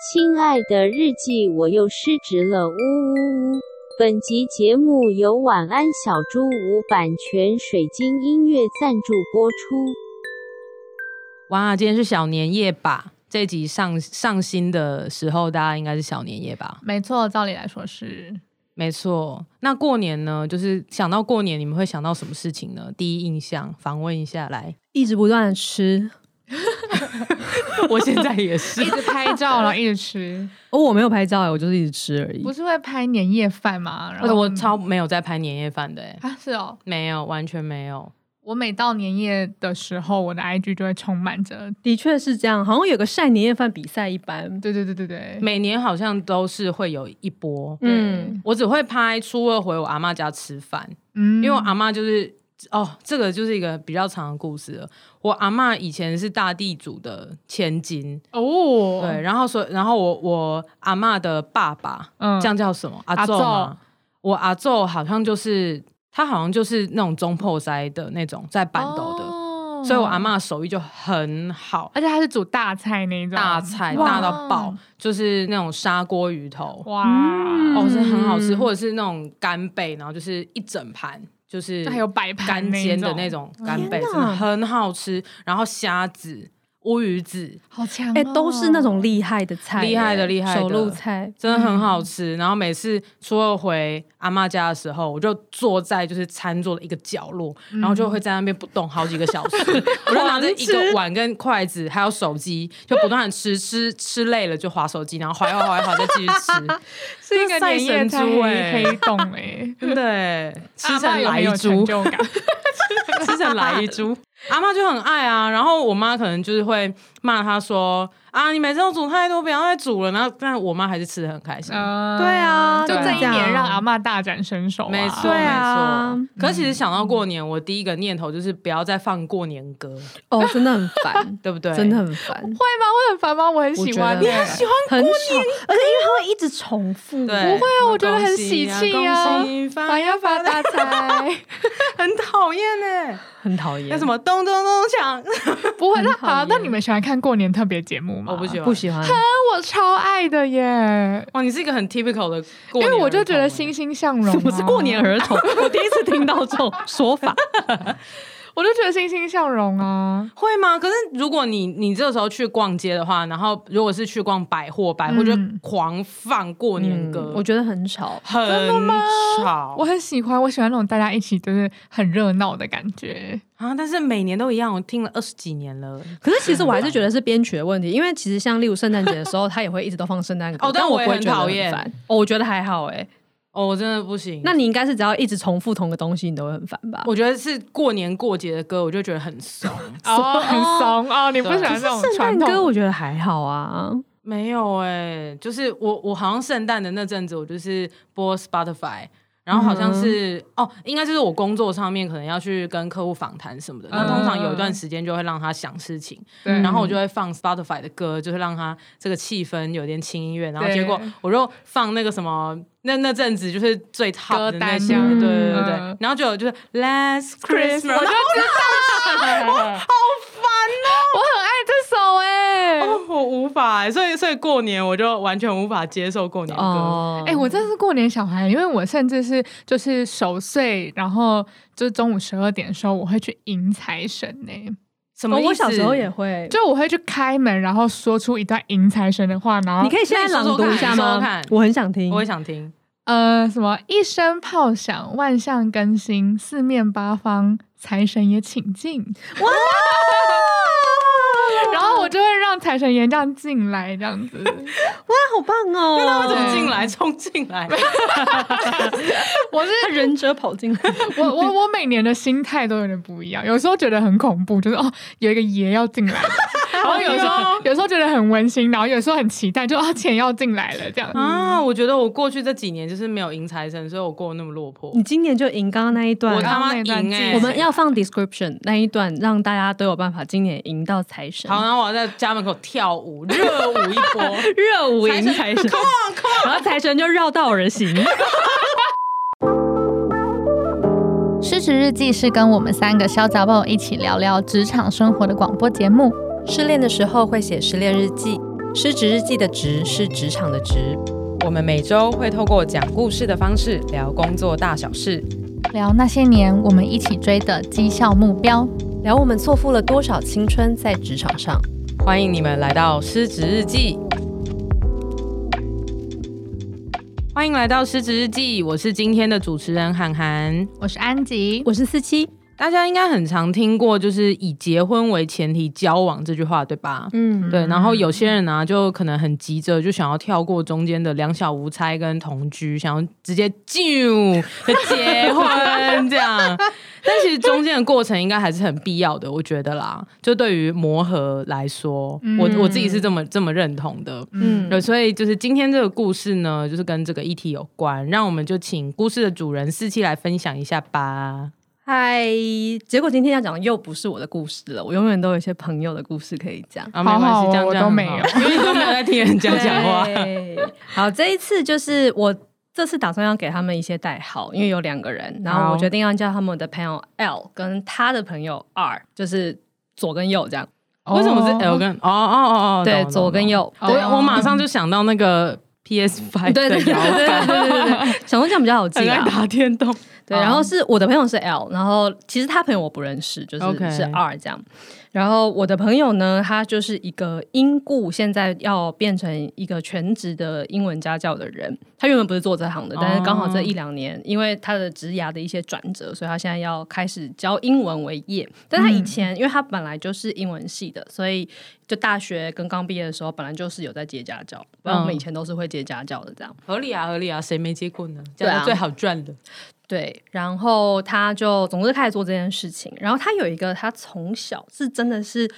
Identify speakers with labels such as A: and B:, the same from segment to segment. A: 亲爱的日记，我又失职了，呜呜呜！本集节目由晚安小猪屋版权水晶音乐赞助播出。
B: 哇，今天是小年夜吧？这集上上新的时候，大家应该是小年夜吧？
C: 没错，照理来说是
B: 没错。那过年呢？就是想到过年，你们会想到什么事情呢？第一印象，访问一下来。
D: 一直不断的吃。
B: 我现在也 是
C: 一直拍照，然后一直吃，
D: 哦，我没有拍照哎，我就是一直吃而已
C: 不。是会拍年夜饭吗？然后嗯
B: 我超没有在拍年夜饭的、欸，
C: 啊是哦，
B: 没有，完全没有。
C: 我每到年夜的时候，我的 IG 就会充满着，
D: 的确是这样，好像有个晒年夜饭比赛一般。
C: 对对对对对，
B: 每年好像都是会有一波，
D: 嗯，
B: 我只会拍初二回我阿妈家吃饭，
C: 嗯
B: 因为我阿妈就是哦，这个就是一个比较长的故事了。我阿妈以前是大地主的千金，
C: 哦，
B: 对，，然后所然后我我阿妈的爸爸，
C: 嗯
B: 这样叫什么？阿
C: 阿
B: 昼吗
C: 昼
B: 我阿昼好像就是他，好像就是那种中破塞的那种在板斗
C: 哦
B: 的，
C: 的
B: 所以我阿，妈手艺就很好，
C: 而且她是煮大菜那一种，
B: 大菜
C: 哇
B: 大到爆，，就是那种砂锅鱼头，
C: 哇，
D: 嗯
B: 哦，是很好吃，
D: 嗯
B: 或者是那种干贝，然后就是一整盘，就是
C: 那还有摆盘
B: 干
C: 那一
B: 煎的
C: 种
B: 那种干贝，
D: 天
B: 真
D: 哪
B: 的很好吃。然后虾子、乌鱼子，
C: 好强哦，
D: 哎、都是那种厉害的菜欸，
B: 厉害的厉害的
D: 手路菜。
B: 真的很好吃。然后每次初二回阿妈家的时候，我就坐在就是餐桌的一个角落，
C: 嗯
B: 然后就会在那边不动好几个小时。 我就拿着一个碗跟筷子，还有手机，就不断地吃吃吃累了就划手机，然后划一划划一划再继续吃。
C: 是一个
B: 赛
C: 年夜
B: 神
C: 菜
B: 猪
C: 黑
B: 哎，
C: 黑洞哎
B: 真的欸，吃
C: 阿嬷
B: 成
C: 有没有
B: 来
C: 成
B: 猪。
C: 就感？
B: 吃成来一 株。阿妈就很爱啊，然后我妈可能就是会骂她说：“啊，你每次都煮太多，不要再煮了。”然后，但我妈还是吃的很开心。
C: 嗯
D: 对啊
C: 就
B: 对啊
C: 这一年让阿嬷大展身手啊，
B: 没错，
D: 对啊
B: 没错。可是其实
C: 嗯
B: 想到过年，我第一个念头就是不要再放过年歌，，
C: 嗯
D: 哦，真的很烦
B: 对不 对？
D: 真的很烦，
C: 会吗？会很烦吗？我很喜欢
D: 我觉得
C: 欸，
D: 你
C: 很喜欢
D: 很吵，而且因为它会一直重复。
B: 对，
C: 不会啊我觉得很
B: 恭喜
C: 喜气啊
B: 恭喜发
C: 发呀发大财，
B: 很讨厌哎。
D: 很讨厌。
B: 那什么咚咚咚锵，
C: 不会。那好
D: 厌，
C: 那你们喜欢看过年特别节目吗？
B: 我不喜欢，
D: 不喜欢？
C: 那我超爱的耶，
B: 哇，你是一个很 typical 的过
C: 因
B: 年儿童欸，
C: 为我就觉得欣欣向荣、啊。
D: 什么是过年？儿童？ 我第一次听到这种说法。
C: 我就觉得欣欣向荣啊。
B: 会吗？可是如果你你这时候去逛街的话，然后如果是去逛百货，百货就
C: 嗯
B: 狂放过年歌，
D: 嗯我觉得很吵。
B: 很吵。
C: 我很喜欢，我喜欢那种大家一起就是很热闹的感觉。
B: 啊，但是每年都一样，我听了二十几年了。
D: 可是 其实我还是觉得是编曲的问题，因为其实像例如圣诞节的时候，他也会一直都放圣诞歌，
B: 哦但
D: 但
B: 我
D: 不
B: 也
D: 会
B: 很
D: 觉得
B: 讨
D: 很
B: 厌
D: 烦。哦，我觉得还好哎、
B: 哦，我真的不行。
D: 那你应该是只要一直重复同个东西，你都会很烦吧？
B: 我觉得是过年过节的歌，我就觉得很 怂。
C: 哦，很怂哦，你不喜欢这种
D: 圣
C: 传
D: 诞歌
C: 统
D: 我觉得还好啊，
B: 没有哎、就是我我好像圣诞的那阵子，我就是播 Spotify。然后好像是、
C: 嗯
B: 哦，应该就是我工作上面可能要去跟客户访谈什么的，
C: 嗯
B: 那、通常有一段时间就会让他想事情，
C: 对
B: 然后我就会放 Spotify 的歌，就是让他这个气氛有点轻音乐，然后
C: 对
B: 结果我就放那个什么，那那阵子就是最 top 的
C: 歌
B: 那
C: 单
B: 些，对
C: 嗯
B: 对对对，
C: 嗯
B: 然后就有就是 Last
C: Christmas，
B: Christmas，
C: 我就知道，我好烦哦，我很爱这首哎、
B: 哦我无法欸，所以所以过年我就完全无法接受过年歌，
D: 哦，
C: 哎、我真的是过年小孩，因为我甚至是就是守岁，然后就是中午十二点的时候，我会去迎财神呢、
B: 哎什么意思？
D: 哦我小时候也会，
C: 就我会去开门，然后说出一段迎财神的话，然后
D: 你可以现在朗读一下
B: 那你说说
D: 吗？
B: 看
D: 我很想听，啊
B: 我也想听，
C: 呃什么一声炮响，万象更新，四面八方财神也请进，哇！ 然后我就会让财神爷这样进来，这样子，
D: 哇，好棒哦！
B: 他 怎么进来冲进来？
C: 我是
D: 他忍者 跑进来，
C: 我我我每年的心态都有点不一样，有时候觉得很恐怖，就是哦有一个爷要进来了，然后有时候有时候觉得很温馨，然后有时候很期待，就啊钱要进来了这样。
B: 啊，我觉得我过去这几年就是没有迎财神，所以我过得那么落魄。
D: 你今年就赢刚刚那一段
B: 我。他妈
C: 刚刚那段
B: 赢哎、
C: 记
D: 我们要放 description 那一段，让大家都有办法今年赢到财神。
B: 好，然后我要在家门口跳舞，热舞一 波。
D: 热舞赢财神，
B: on，come
D: 然后财神就绕道而 行。
E: 失职日记是跟我们三个小杂宝一起聊聊职场生活的广播节目，
F: 失恋的时候会写失恋日记，
D: 失职日记的职是职场的职，
F: 我们每周会透过讲故事的方式聊工作大小事，
E: 聊那些年我们一起追的绩效目标。
D: 聊我们错付了多少青春在职场上。
F: 欢迎你们来到失职日记。欢迎来到失职日记，我是今天的主持人涵涵。
E: 我是安吉，
D: 我是四七，
B: 大家应该很常听过，就是以结婚为前提交往这句话，对吧？
D: 嗯，
B: 对，然后有些人呢、啊就可能很急着，就想要跳过中间的两小无猜跟同居，想要直接就就结婚这样。但其实中间的过程应该还是很必要的，我觉得啦。就对于磨合来说，我我自己是这么这么认同的。
C: 嗯
B: 对，所以就是今天这个故事呢，就是跟这个议题有关，让我们就请故事的主人四七来分享一下吧。
D: 嗨，结果今天要讲的又不是我的故事了，我永远都有一些朋友的故事可以讲。
B: 啊，没关
C: 好
B: 系，
C: 好哦
B: 这样
C: 我
B: 这样
C: 都
B: 很
C: 没
B: 好
C: 有
B: 因为你都没有在听人家讲话。
D: 对。好，这一次就是我这次打算要给他们一些代号，因为有两个人，然后
B: 好
D: 我决定要叫他们的朋友 L 跟他的朋友 R，就是左跟右这样。
C: 嗯
B: 为什么是 L 跟哦哦哦哦，懂
D: 对，
B: 懂
D: 左跟
B: 懂
D: 右。
C: 哦
D: 对
B: 我我马上就想到那个 PS Five
D: 对
B: 的
D: 对对对
B: 摇
D: 对对
B: 杆，
D: 对对对，想说这样比较好记
B: 很爱
D: 啊。
B: 打电动。
D: 对，
B: 哦
D: 然后是我的朋友是 L，然后其实他朋友我不认识，就是
B: OK
D: 是 R 这样。然后我的朋友呢，他就是一个因故现在要变成一个全职的英文家教的人。他原本不是做这行的，但是刚好
B: 哦
D: 这一两年，因为他的职涯的一些转折，所以他现在要开始教英文为业。但他以
B: 嗯
D: 前，因为他本来就是英文系的，所以就大学跟刚毕业的时候，本来就是有在接家教，不然我
B: 嗯
D: 们以前都是会接家教的这样。
B: 合理啊，合理啊，谁没接过呢？这
D: 对啊
B: 样最好赚的。
D: 对，然后他就总之开始做这件事情。然后他有一个他从小是真的是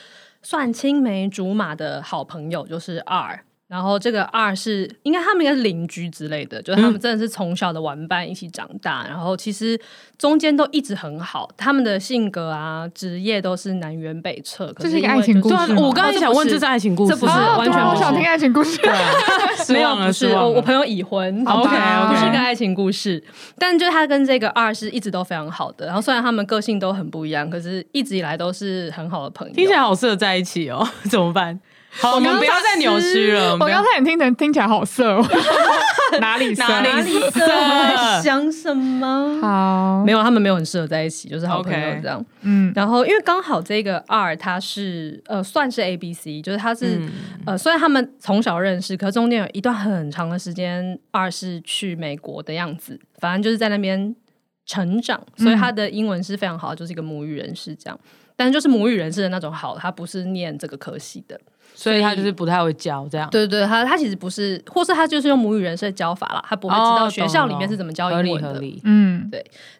D: 算青梅竹马的好朋友，就是 R。然后这个 R 是应该他们应该是邻居之类的，就是他
C: 嗯
D: 们真的是从小的玩伴一起长大。然后其实中间都一直很好，他们的性格啊、职业都是南辕北辙。可
C: 这是一个
D: 因
C: 爱
D: 为
C: 情
D: 就
C: 故
B: 对
C: 事
B: 啊，
C: 吗
B: 我刚
D: 哦
B: 才
D: 这
B: 想
D: 不
B: 问，
D: 是
B: 这是爱情故事，
D: 这不是
C: 啊
B: 啊
D: 完全
C: 对啊我
D: 不是
C: 想听爱情故事。
B: 失
D: 没有，
B: 望
D: 不
B: 了，
D: 是
B: 失望
D: 我，
B: 了哦
D: 我朋友已婚，好吧
B: OK，OK
D: 不是一个爱情故事。但就是他跟这个二是一直都非常好的，然后虽然他们个性都很不一样，可是一直以来都是很好的朋友。
B: 听起来好适合在一起哦，怎么办？好，我们不要再扭曲了。
C: 我刚才也听成听起来好色哦，哪里色？
B: 哪里
D: 色？在 想什么？
C: 好，
D: 没有，他们没有很适合在一起，就是好朋友
B: OK
D: 这样。
C: 嗯，
D: 然后因为刚好这个二他是呃算是 A B C，就是他是、
B: 嗯
D: 呃虽然他们从小认识，可中间有一段很长的时间，二是去美国的样子，反正就是在那边成长，所以他的英文是非常好，就是一个母语人士这样。但是就是母语人士的那种好，他不是念这个科系的，
B: 所以他就是不太会教这样。
D: 对对，对他他其实不是，或是他就是用母语人士的教法啦，他不会知
B: 哦
D: 道学校
B: 懂
D: 里面是怎么教
B: 合
D: 英
B: 理
D: 文的。
B: 合理。
C: 嗯，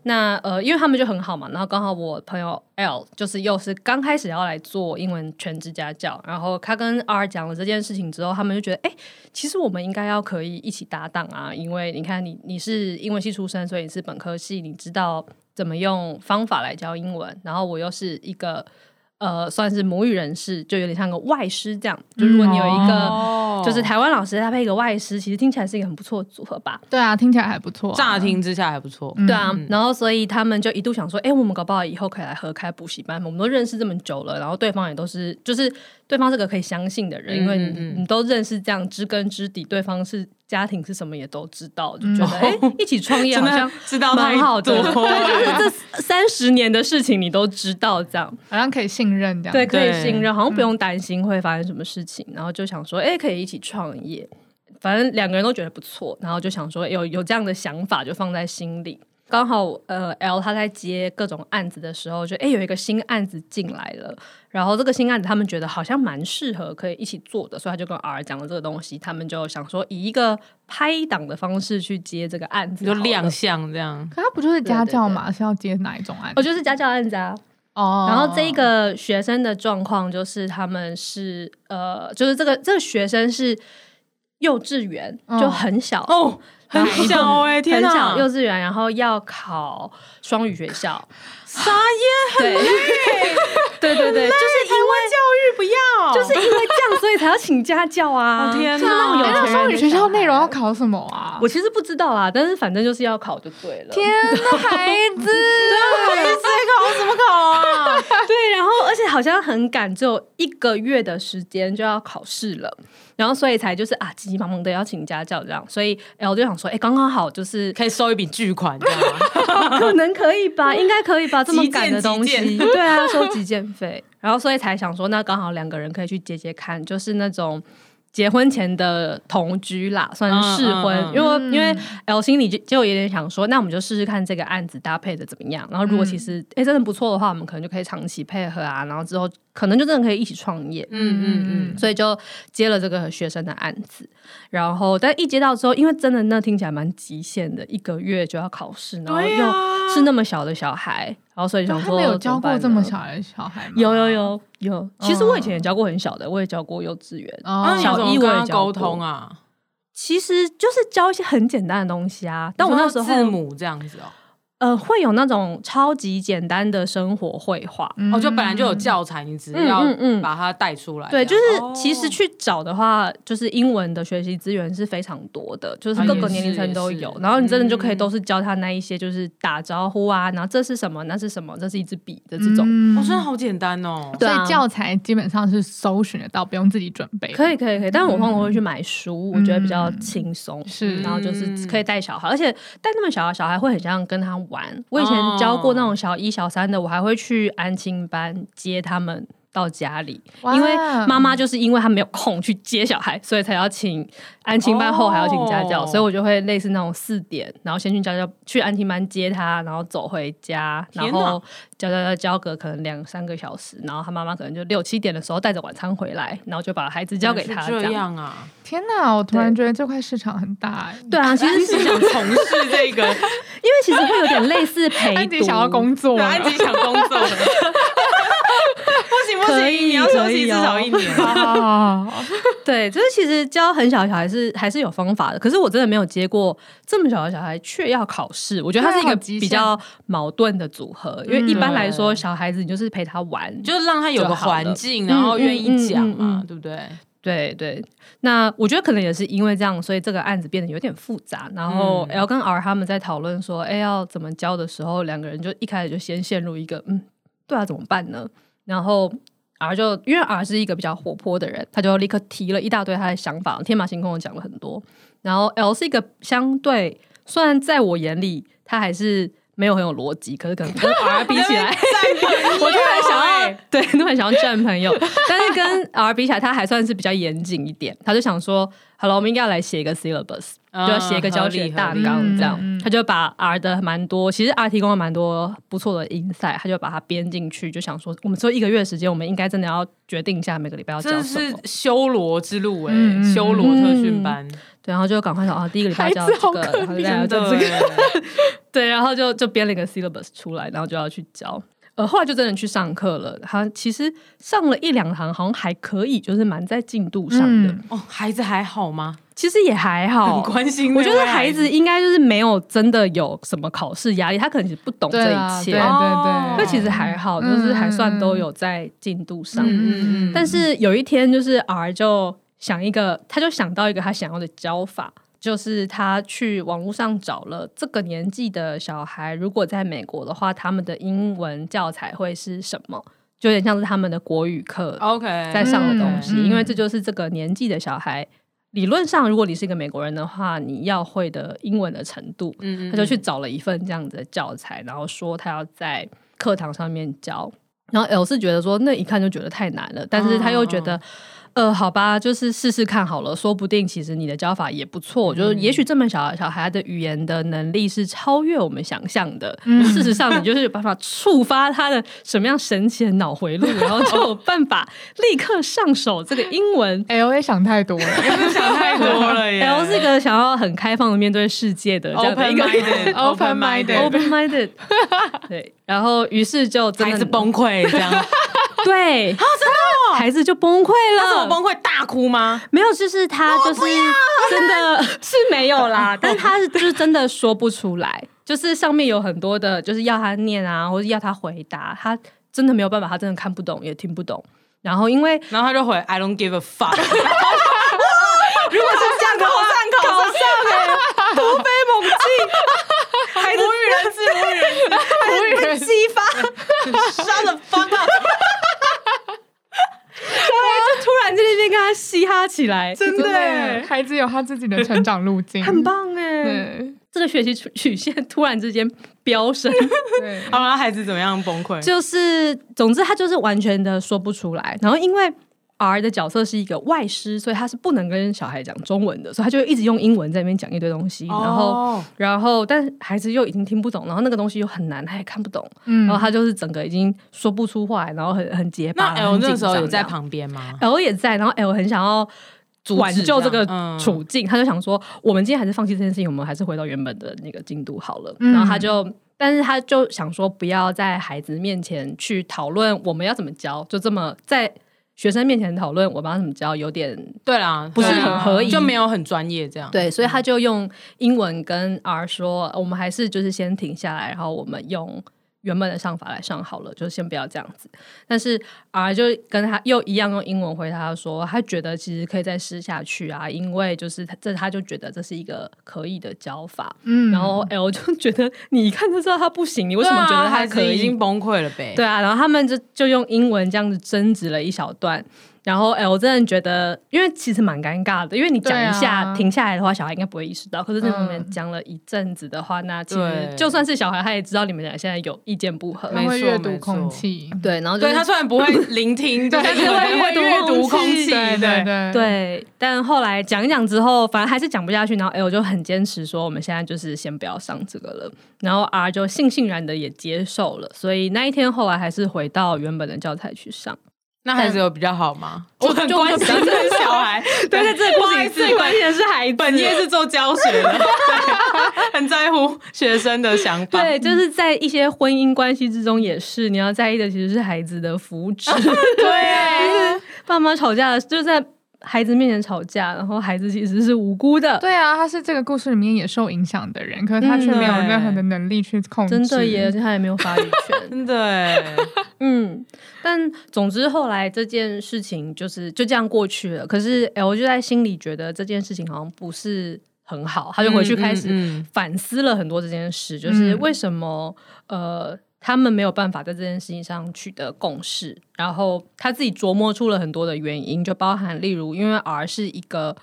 D: 那呃，因为他们就很好嘛，然后刚好我朋友 L 就是又是刚开始要来做英文全职家教，然后他跟 R 讲了这件事情之后，他们就觉得，哎、其实我们应该要可以一起搭档啊，因为你看你你是英文系出身，所以你是本科系，你知道怎么用方法来教英文，然后我又是一个呃算是母语人士，就有点像个外师这样，就如果你有一个。
B: 哦
D: 就是台湾老师搭配一个外师，其实听起来是一个很不错的组合吧。
C: 对啊，听起来还不错啊。
B: 乍听之下还不错。
C: 嗯
D: 对啊，然后所以他们就一度想说，哎、我们搞不好以后可以来合开补习班，我们都认识这么久了，然后对方也都是，就是对方是个可以相信的人，
B: 嗯
D: 因为你
B: 嗯嗯
D: 你都认识这样知根知底，对方是家庭是什么也都知道，就觉 得哎、诶一起创业
B: 真
D: 好像
B: 的知道太
D: 蛮好的，
B: 多 了，
D: 对，就是这三十年的事情你都知道这样。
C: 好像可以信任这样。
D: 对，可以
B: 对嗯
D: 信任，好像不用担心会发生什么事情，然后就想说，哎、可以一起创业，反正两个人都觉得不错，然后就想说有有这样的想法就放在心里。刚好呃，L 他在接各种案子的时候，就哎、有一个新案子进来了，然后这个新案子他们觉得好像蛮适合可以一起做的，所以他就跟 R 讲了这个东西，他们就想说以一个拍档的方式去接这个案子
B: 你
D: 好
B: 就
D: 了，
B: 亮相这样。
C: 可他不就是家教嘛？是要接哪一种案
D: 我？哦就是家教案子啊，
C: 哦
D: 然后这一个学生的状况就是，他们是呃，就是这个这个学生是幼稚园，
C: 嗯
D: 就很小，
B: 哦，很小哎、天
D: 很
B: 哪，
D: 小幼稚园，然后要考双语学 校，
B: 啥耶？
D: 对，对对对，就是因为
B: 教育不要，
D: 就是因为这样，所以才要请家教啊！
B: 哦天哪
D: 就是那种有
C: 哎那
D: 钱人
C: 双
D: 的
C: 语学
D: 小
C: 校
D: 孩
C: 内容要考什么啊？啊？
D: 我其实不知道啦，但是反正就是要考就对了。啊
E: 天哪，孩 子，
D: 对，然后而且好像很赶，只有一个月的时间就要考试了，然后所以才就是啊急急忙忙的要请家教这样，所以哎我就想说，哎刚刚好就是
B: 可以收一笔巨款， 这样
D: 嗯
B: 吗
D: 可能可以 吧，应该可以吧，这么赶的东
B: 急件急
D: 西， 对啊，收集件费，然后所以才想说，那刚好两个人可以去接接看，就是那种。结婚前的同居啦，算是试婚，
B: 嗯嗯嗯
D: 因为、
C: 嗯
D: 因为 L 心里就就有点想说，那我们就试试看这个案子搭配的怎么样。然后
B: 嗯
D: 如果其实哎、诶真的不错的话，我们可能就可以长期配合啊，然后之后可能就真的可以一起创业。
B: 嗯嗯嗯，
D: 所以就接了这个学生的案子，然后但一接到之后，因为真的那听起来蛮极限的，一个月就要考试，然后
C: 对啊
D: 又是那么小的小孩，然后所以想
C: 他
D: 说
C: 们有教过这么
D: 怎
C: 小哦
D: 办呢？
C: 的小孩吗？
D: 有有有有，其实我以前也教过很小的，我也教过幼稚园。
B: 那
C: 哦
B: 你，
D: 小
B: 怎么
D: 一
B: 跟
D: 我也
B: 他
D: 教
B: 沟
D: 过
B: 通啊？
D: 其实就是教一些很简单的东西啊，但我那时候
B: 字母这样子哦，
D: 呃会有那种超级简单的生活绘画，
C: 嗯
B: 哦，就本来就有教材，你只是要
D: 嗯嗯嗯
B: 把它带出来这
D: 对，
B: 样。
D: 就是其
B: 哦
D: 实去找的话，就是英文的学习资源是非常多的，就是
B: 啊
D: 各
B: 也
D: 个年龄
B: 是
D: 层
B: 也
D: 都
B: 是
D: 有。然后你真的就可以
B: 嗯
D: 都是教他那一些，就是打招呼啊，然后这是什么，那是什么，这是一支笔的这种。
C: 嗯
B: 哦，真的好简单哦。
D: 对啊
C: 所以教材基本上是搜寻得到，不用自己准备。
D: 可以，可以，可以，但是我通常会去买书，我觉得比较
C: 嗯
D: 轻松。
C: 是
D: 然后就是
B: 嗯
D: 可以带小孩，而且带那么小的小孩会很想跟他玩。我以前教过那
B: 哦
D: 种小一、小三的，我还会去安亲班接他们到家里，
C: 哇
D: 因为妈妈就是因为她没有空去接小孩，所以才要请安亲班后还要请家教，
B: 哦
D: 所以我就会类似那种四点，然后先去家教去安亲班接他，然后走回家，然
B: 天哪
D: 后教教教教个可能两三个小时，然后他妈妈可能就六七点的时候带着晚餐回来，然后就把孩子交给
B: 原来
D: 他
B: 是这。样啊，
C: 天哪！我突然觉得这块市场很大哎。
D: 对啊，其实是
B: 是
D: 想，
B: 想从事这个，
D: 因为其实会有点类似陪
C: 安迪
D: 读
C: 哎想要工作啊
B: 对，
C: 了，
B: 安吉想工作了。 不行不
D: 可
B: 行，
D: 以
B: 你要休息
D: 可以
B: 至
D: 哦
B: 少一年。
C: 啊，
D: 对，就是其实教很小的小孩是还是有方法的，可是我真的没有接过这么小的小孩却要考试，我觉得它是一
C: 对啊好
D: 个
C: 极
D: 比
C: 限嗯
D: 较矛盾的组合，因为一般来说
B: 对
D: 小孩子你就是陪他玩，
B: 就是让他有
D: 就
B: 个
D: 好了
B: 环境，然后愿意讲
D: 嗯嗯嗯
B: 嘛
D: 嗯，
B: 对不对？
D: 对对，那我觉得可能也是因为这样，所以这个案子变得有点复杂。然后
B: 嗯
D: L 跟 R 他们在讨论说，哎，要怎么教的时候，两个人就一开始就先陷入一个，嗯，对啊，怎么办呢？然后 R 就因为 R 是一个比较活泼的人，他就立刻提了一大堆他的想法，天马行空的讲了很多。然后 L 是一个相对，虽然在我眼里他还是没有很有逻辑，可是可能跟 R 比起来， 我就很想要，对，都很想要占朋友。 但是跟 R 比起来，他还算是比较严谨一点。他就想说，好了，我们应该要来写一个 syllabus，、
B: 嗯
D: 就要写一个教学大
C: 啊合
D: 纲
C: 理
D: 这样。
C: 嗯嗯
D: 他就把 R 的蛮多，其实 R 提供了蛮多不错的 insight，他就把它编进去，就想说，我们只有一个月时间，我们应该真的要决定一下每个礼拜要教
B: 这
D: 什
B: 是
D: 么。
B: 修罗之路哎、
C: 嗯嗯嗯
B: 修罗特训班，
D: 对，然后就赶快想啊，第一个礼拜教
C: 孩子
D: 这
C: 好
D: 个，
C: 可
D: 然后
C: 怜哦
D: 再要教嗯
B: 真
D: 这个。
B: 的欸
D: 对，然后就就编了一个 syllabus 出来，然后就要去教。呃，后来就真的去上课了。他其实上了一两堂，好像还可以，就是蛮在进度上的。
C: 嗯，
B: 哦，孩子还好吗？
D: 其实也还好
B: 很，关心那
D: 我
B: 位，
D: 觉得孩子应该就是没有真的有什么考试压力，他可能是不懂这
C: 对
D: 一切
C: 对，
B: 啊
C: 对
D: 那
C: 对，
D: 其实还好，
C: 嗯
D: 就是还算都有在进度上。
B: 嗯嗯嗯，
D: 但是有一天，就是 R 就想一个，他就想到一个他想要的教法，就是他去网络上找了这个年纪的小孩，如果在美国的话，他们的英文教材会是什么？就有点像是他们的国语课
B: OK
D: 在上的东西，
C: 嗯
D: 因为这就是这个年纪的小孩。理论上，如果你是一个美国人的话，你要会的英文的程度，
B: 嗯嗯嗯
D: 他就去找了一份这样子的教材，然后说他要在课堂上面教。然后 L 是觉得说那一看就觉得太难了，但是他又觉得，呃，好吧，就是试试看好了，说不定其实你的教法也不错，就是也许这么小的小孩他的语言的能力是超越我们想象的。事实上，你就是有办法触发他的什么样神奇的脑回路，然后就有办法立刻上手这个英文。
C: L A 想太 多了，
B: 想太多了 耶。
D: L 哎是个想要很开放的面对世界的这样的一
B: open
D: 个
B: minded
C: open minded
D: open minded，对，然后于是就真的
B: 孩子崩溃 这样，
D: 对，啊，真哦的、孩子就崩溃
B: 他怎么
D: 了，
B: 崩溃？大哭吗？
D: 没有，就是他就是真的 是没有 啦，但他是就是真的说不出来，就是上面有很多的，就是要他念啊，或者要他回答，他真的没有办法，他真的看不懂也听不懂。然后因 为
B: 然后他就回 I don't give a fuck。如果是这样考上考上
D: 起来，
B: 真的
C: 对，
B: 耶，
C: 孩子有他自己的成长路径，
D: 很。棒哎！
C: 对
D: 这个学习曲曲线突然之间飙升，
C: 对，
B: 好了，孩子怎么样崩溃？
D: 就是总之他就是完全的说不出来。然后因为 R 的角色是一个外师，所以他是不能跟小孩讲中文的，所以他就一直用英文在那边讲一堆东西，然后。
B: 哦
D: 然后，但是孩子又已经听不懂，然后那个东西又很难，他也看不懂，
C: 嗯
D: 然后他就是整个已经说不出话来，然后很很结巴。
B: 那 L
D: 很紧
B: 那时候
D: 张
B: 有
D: 这
B: 在
D: 样
B: 旁边吗？
D: ，L 也在，然后 L 很想要
B: 止
D: 挽救这
B: 这
D: 个
B: 样嗯
D: 处境，他就想说，我们今天还是放弃这件事情，我们还是回到原本的那个进度好了。
C: 嗯
D: 然后他就。但是他就想说，不要在孩子面前去讨论我们要怎么教，就这么在学生面前讨论我们要怎么教，有点
B: 对啦，
D: 不是
B: 对啦啊
D: 很合宜
B: 就没有很专业这样。
D: 对，所以他就用英文跟 R 说，我们还是就是先停下来，然后我们用原本的上法来上好了，就先不要这样子。但是 R 就跟他又一样用英文回他说，他觉得其实可以再试下去啊，因为就是他这他就觉得这是一个可以的教法。
C: 嗯
D: 然后 L 就觉得你一看就知道他不行，你为
B: 对
D: 什
B: 啊，
D: 么觉得他
B: 孩
D: 可
B: 子已
D: 以？
B: 经崩溃了呗？
D: 对啊，然后他们就就用英文这样子争执了一小段。然后，哎、我真的觉得，因为其实蛮尴尬的，因为你讲一
C: 对
D: 下、
C: 啊
D: 停下来的话，小孩应该不会意识到。可是，那你们
C: 嗯
D: 讲了一阵子的话，那其实
B: 对
D: 就算是小孩，他也知道你们俩现在有意见不合。
C: 他
B: 没
C: 会
B: 错
C: 阅
B: 没
C: 读
B: 错
C: 空气，
D: 对，然后就
B: 对，
D: 是
B: 他虽然不会聆听，但是
D: 对
B: 可能
D: 会
B: 会
D: 阅
B: 阅
D: 读
B: 读空气。
C: 对对对，
D: 嗯对，但后来讲一讲之后，反正还是讲不下去，然后 L 就很坚持说我们现在就是先不要上这个了，然后 R 就悻悻然的也接受了，所以那一天后来还是回到原本的教材去 上。
B: 那孩子有比较好吗？我很
D: 就
B: 关心这个小 孩，
D: 对，在这个故事里最关键的是孩子，
B: 本业是做教学的，对很在乎学生的想法。
D: 对，就是在一些婚姻关系之中也是，你要在意的其实是孩子的福 祉。对，爸妈吵架了，就在孩子面前吵架，然后孩子其实是无辜的。
C: 对啊，他是这个故事里面也受影响的人，可是他却没有
B: 嗯对
C: 任何的能力去控制。
D: 真的耶，而且他也没有发言 权。
B: 真的欸，
D: 嗯，但总之后来这件事情就是就这样过去了。可是 L 就在心里觉得这件事情好像不是很好，他就回去开始
B: 嗯嗯嗯
D: 反思了很多这件事，就是
C: 嗯
D: 为什么、呃他们没有办法在这件事情上取得共识，然后他自己琢磨出了很多的原因，就包含例如因为 R 是一个。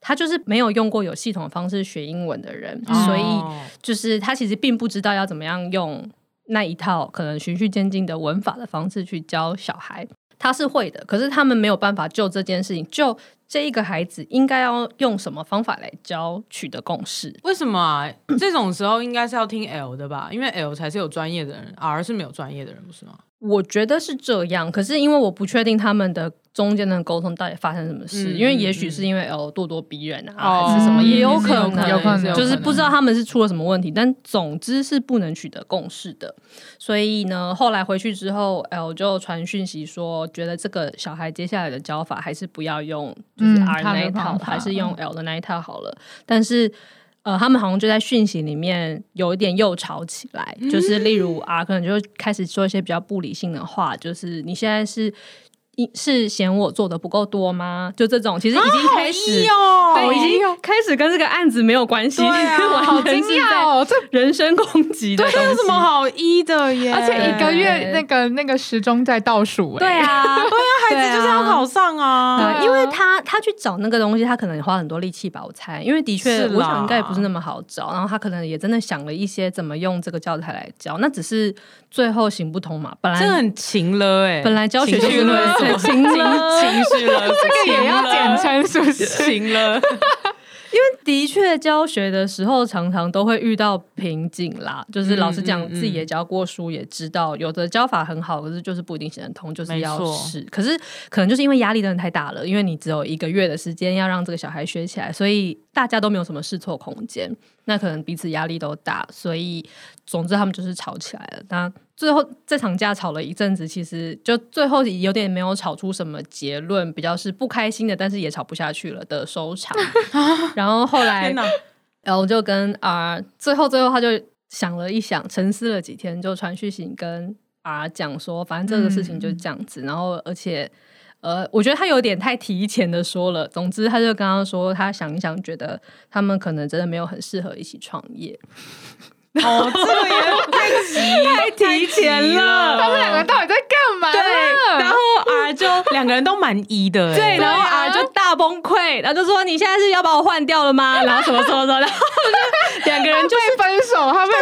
D: 他就是没有用过有系统的方式学英文的人，嗯所以
B: 哦
D: 就是他其实并不知道要怎么样用那一套可能循序渐进的文法的方式去教小孩。他是会的，可是他们没有办法就这件事情，就这一个孩子应该要用什么方法来教取得共识。
B: 为什么啊？这种时候应该是要听 L 的吧？因为 L 才是有专业的人，R 是没有专业的人，不是吗？
D: 我觉得是这样，可是因为我不确定他们的中间的沟通到底发生什么事，
B: 嗯
D: 因为
B: 嗯
D: 也许
B: 嗯
D: 是因为 L 咄咄逼人啊，
B: 哦
D: 还是什么，
C: 嗯
D: 也有
C: 也是
D: 可
C: 有可
D: 能，
C: 能有可能
D: 就是不知道他们是出了什么问题，但总之是不能取得共识的。所以呢，后来回去之后，L 就传讯息说，觉得这个小孩接下来的教法还是不要用，就是
C: 嗯
D: R
C: 他的
D: 那一套，
C: 方法
D: 还是用 L 的那一套好了。但是。呃，他们好像就在讯息里面有一点又吵起来，
C: 嗯
D: 就是例如 R 可能就会开始说一些比较不理性的话，就是你现在是一是嫌我做的不够多吗？就这种，其实已经开
C: 啊
D: 始，
B: 哦
D: 对，已经开始跟这个案子没有关系，
B: 对啊
D: 完全是在
C: 哦，这
D: 人身攻击的东西。
B: 这有什么好一的耶？
C: 而且一个
D: 对
C: 月啊那个那个时钟在倒 数，
D: 对
C: 哎，
D: 啊，对啊，
B: 孩子就是要考上啊，
D: 对，因为他他去找那个东西，他可能花很多力气吧，我猜。因为的确，
B: 是啦
D: 我想应该也不是那么好找。然后他可能也真的想了一些怎么用这个教材来教，那只是最后行不通嘛。本
B: 这
D: 来
B: 很勤了哎，
D: 本来教学
B: 情绪
D: 就是
B: 勒索
D: 很勤 了
B: 情情绪 勒索，
C: 这个也要简称是不是？
B: 情了，
D: 的确，教学的时候常常都会遇到瓶颈啦。就是老实讲，
B: 嗯嗯嗯
D: 自己也教过书，也知道有的教法很好，可是就是不一定行得通，就是要
B: 没错
D: 试。可是可能就是因为压力真的太大了，因为你只有一个月的时间要让这个小孩学起来，所以大家都没有什么试错空间。那可能彼此压力都大，所以总之他们就是吵起来了。那最后这场架吵了一阵子，其实就最后有点没有吵出什么结论，比较是不开心的，但是也吵不下去了的 收场。然后后来
B: 天哪！
D: 然后我就跟 R 最后最后他就想了一想，沉思了几天，就传讯息跟 R 讲说，反正这个事情
B: 嗯
D: 就是这样子。然后而且呃，我觉得他有点太提前的说了。总之，他就跟他说，他想一想，觉得他们可能真的没有很适合一起创业。
B: 哦，这个也太急，太提前了。
C: 他们两个到底在干干嘛
B: 对，然
C: 了？
B: 后 R 就两个人都蛮一的、欸，
D: 对，然后啊就大崩溃，然后就说你现在是要把我换掉了吗？ 然后什么什么的，然后我就两个人
C: 他
D: 就
C: 被分手，他被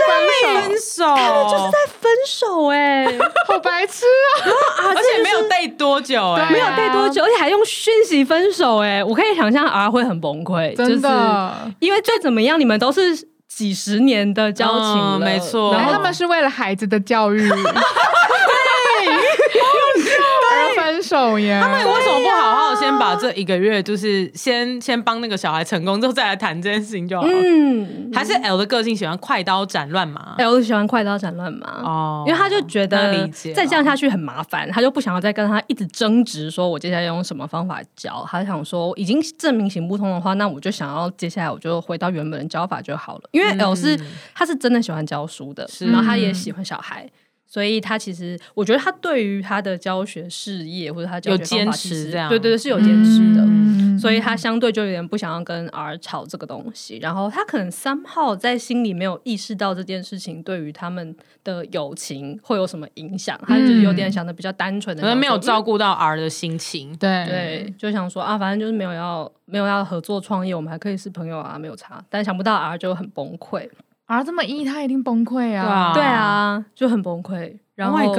C: 分手，
B: 分手，就是在
D: 分手哎、
C: 好白痴啊！
B: 而且没有待多久、欸，
C: 对
D: 没有待多久，而且还用讯息分手哎、我可以想象 R 会很崩溃，就是
C: 真的。
D: 因为再怎么样你们都是几十年的交情了，
B: 嗯没错
D: 然
C: 然
D: 后
C: 后他们是为了孩子的教育，而分手耶。他
B: 那你为什么不好好先把这一个月，就是先先帮那个小孩成功之后，再来谈这件事情就好了？
D: 嗯
B: 还是 L 的个性喜欢快刀斩乱麻？
D: 哎，我喜欢快刀斩乱麻
B: 哦
D: 因为他就觉
B: 那
D: 得
B: 理解
D: 再这样下去很麻烦，他就不想要再跟他一直争执，说我接下来用什么方法教。他想说，已经证明行不通的话，那我就想要接下来我就回到原本的教法就好了。因为 L 是、他是真的喜欢教书的，然后他也喜欢小孩。所以他其实，我觉得他对于他的教学事业或者他教学
B: 有坚
D: 方法其实
B: 持这样
D: 对对对，是有坚持的。
C: 嗯
D: 所以他相对就有点不想要跟 R 吵这个东西，然后他可能三号在心里没有意识到这件事情对于他们的友情会有什么影响，他就是有点想的比较单纯的，
B: 嗯可能没有照
D: 顾，
B: 顾到 R 的心情。
C: 对
D: 对，就想说啊，反正就是没有要没有要合作创业，我们还可以是朋友啊，没有差。但想不到 R 就很崩溃，
C: 而啊这么一，他一定崩溃啊！
B: 啊
D: 对啊，就很崩溃，然
B: Oh
D: 后
B: my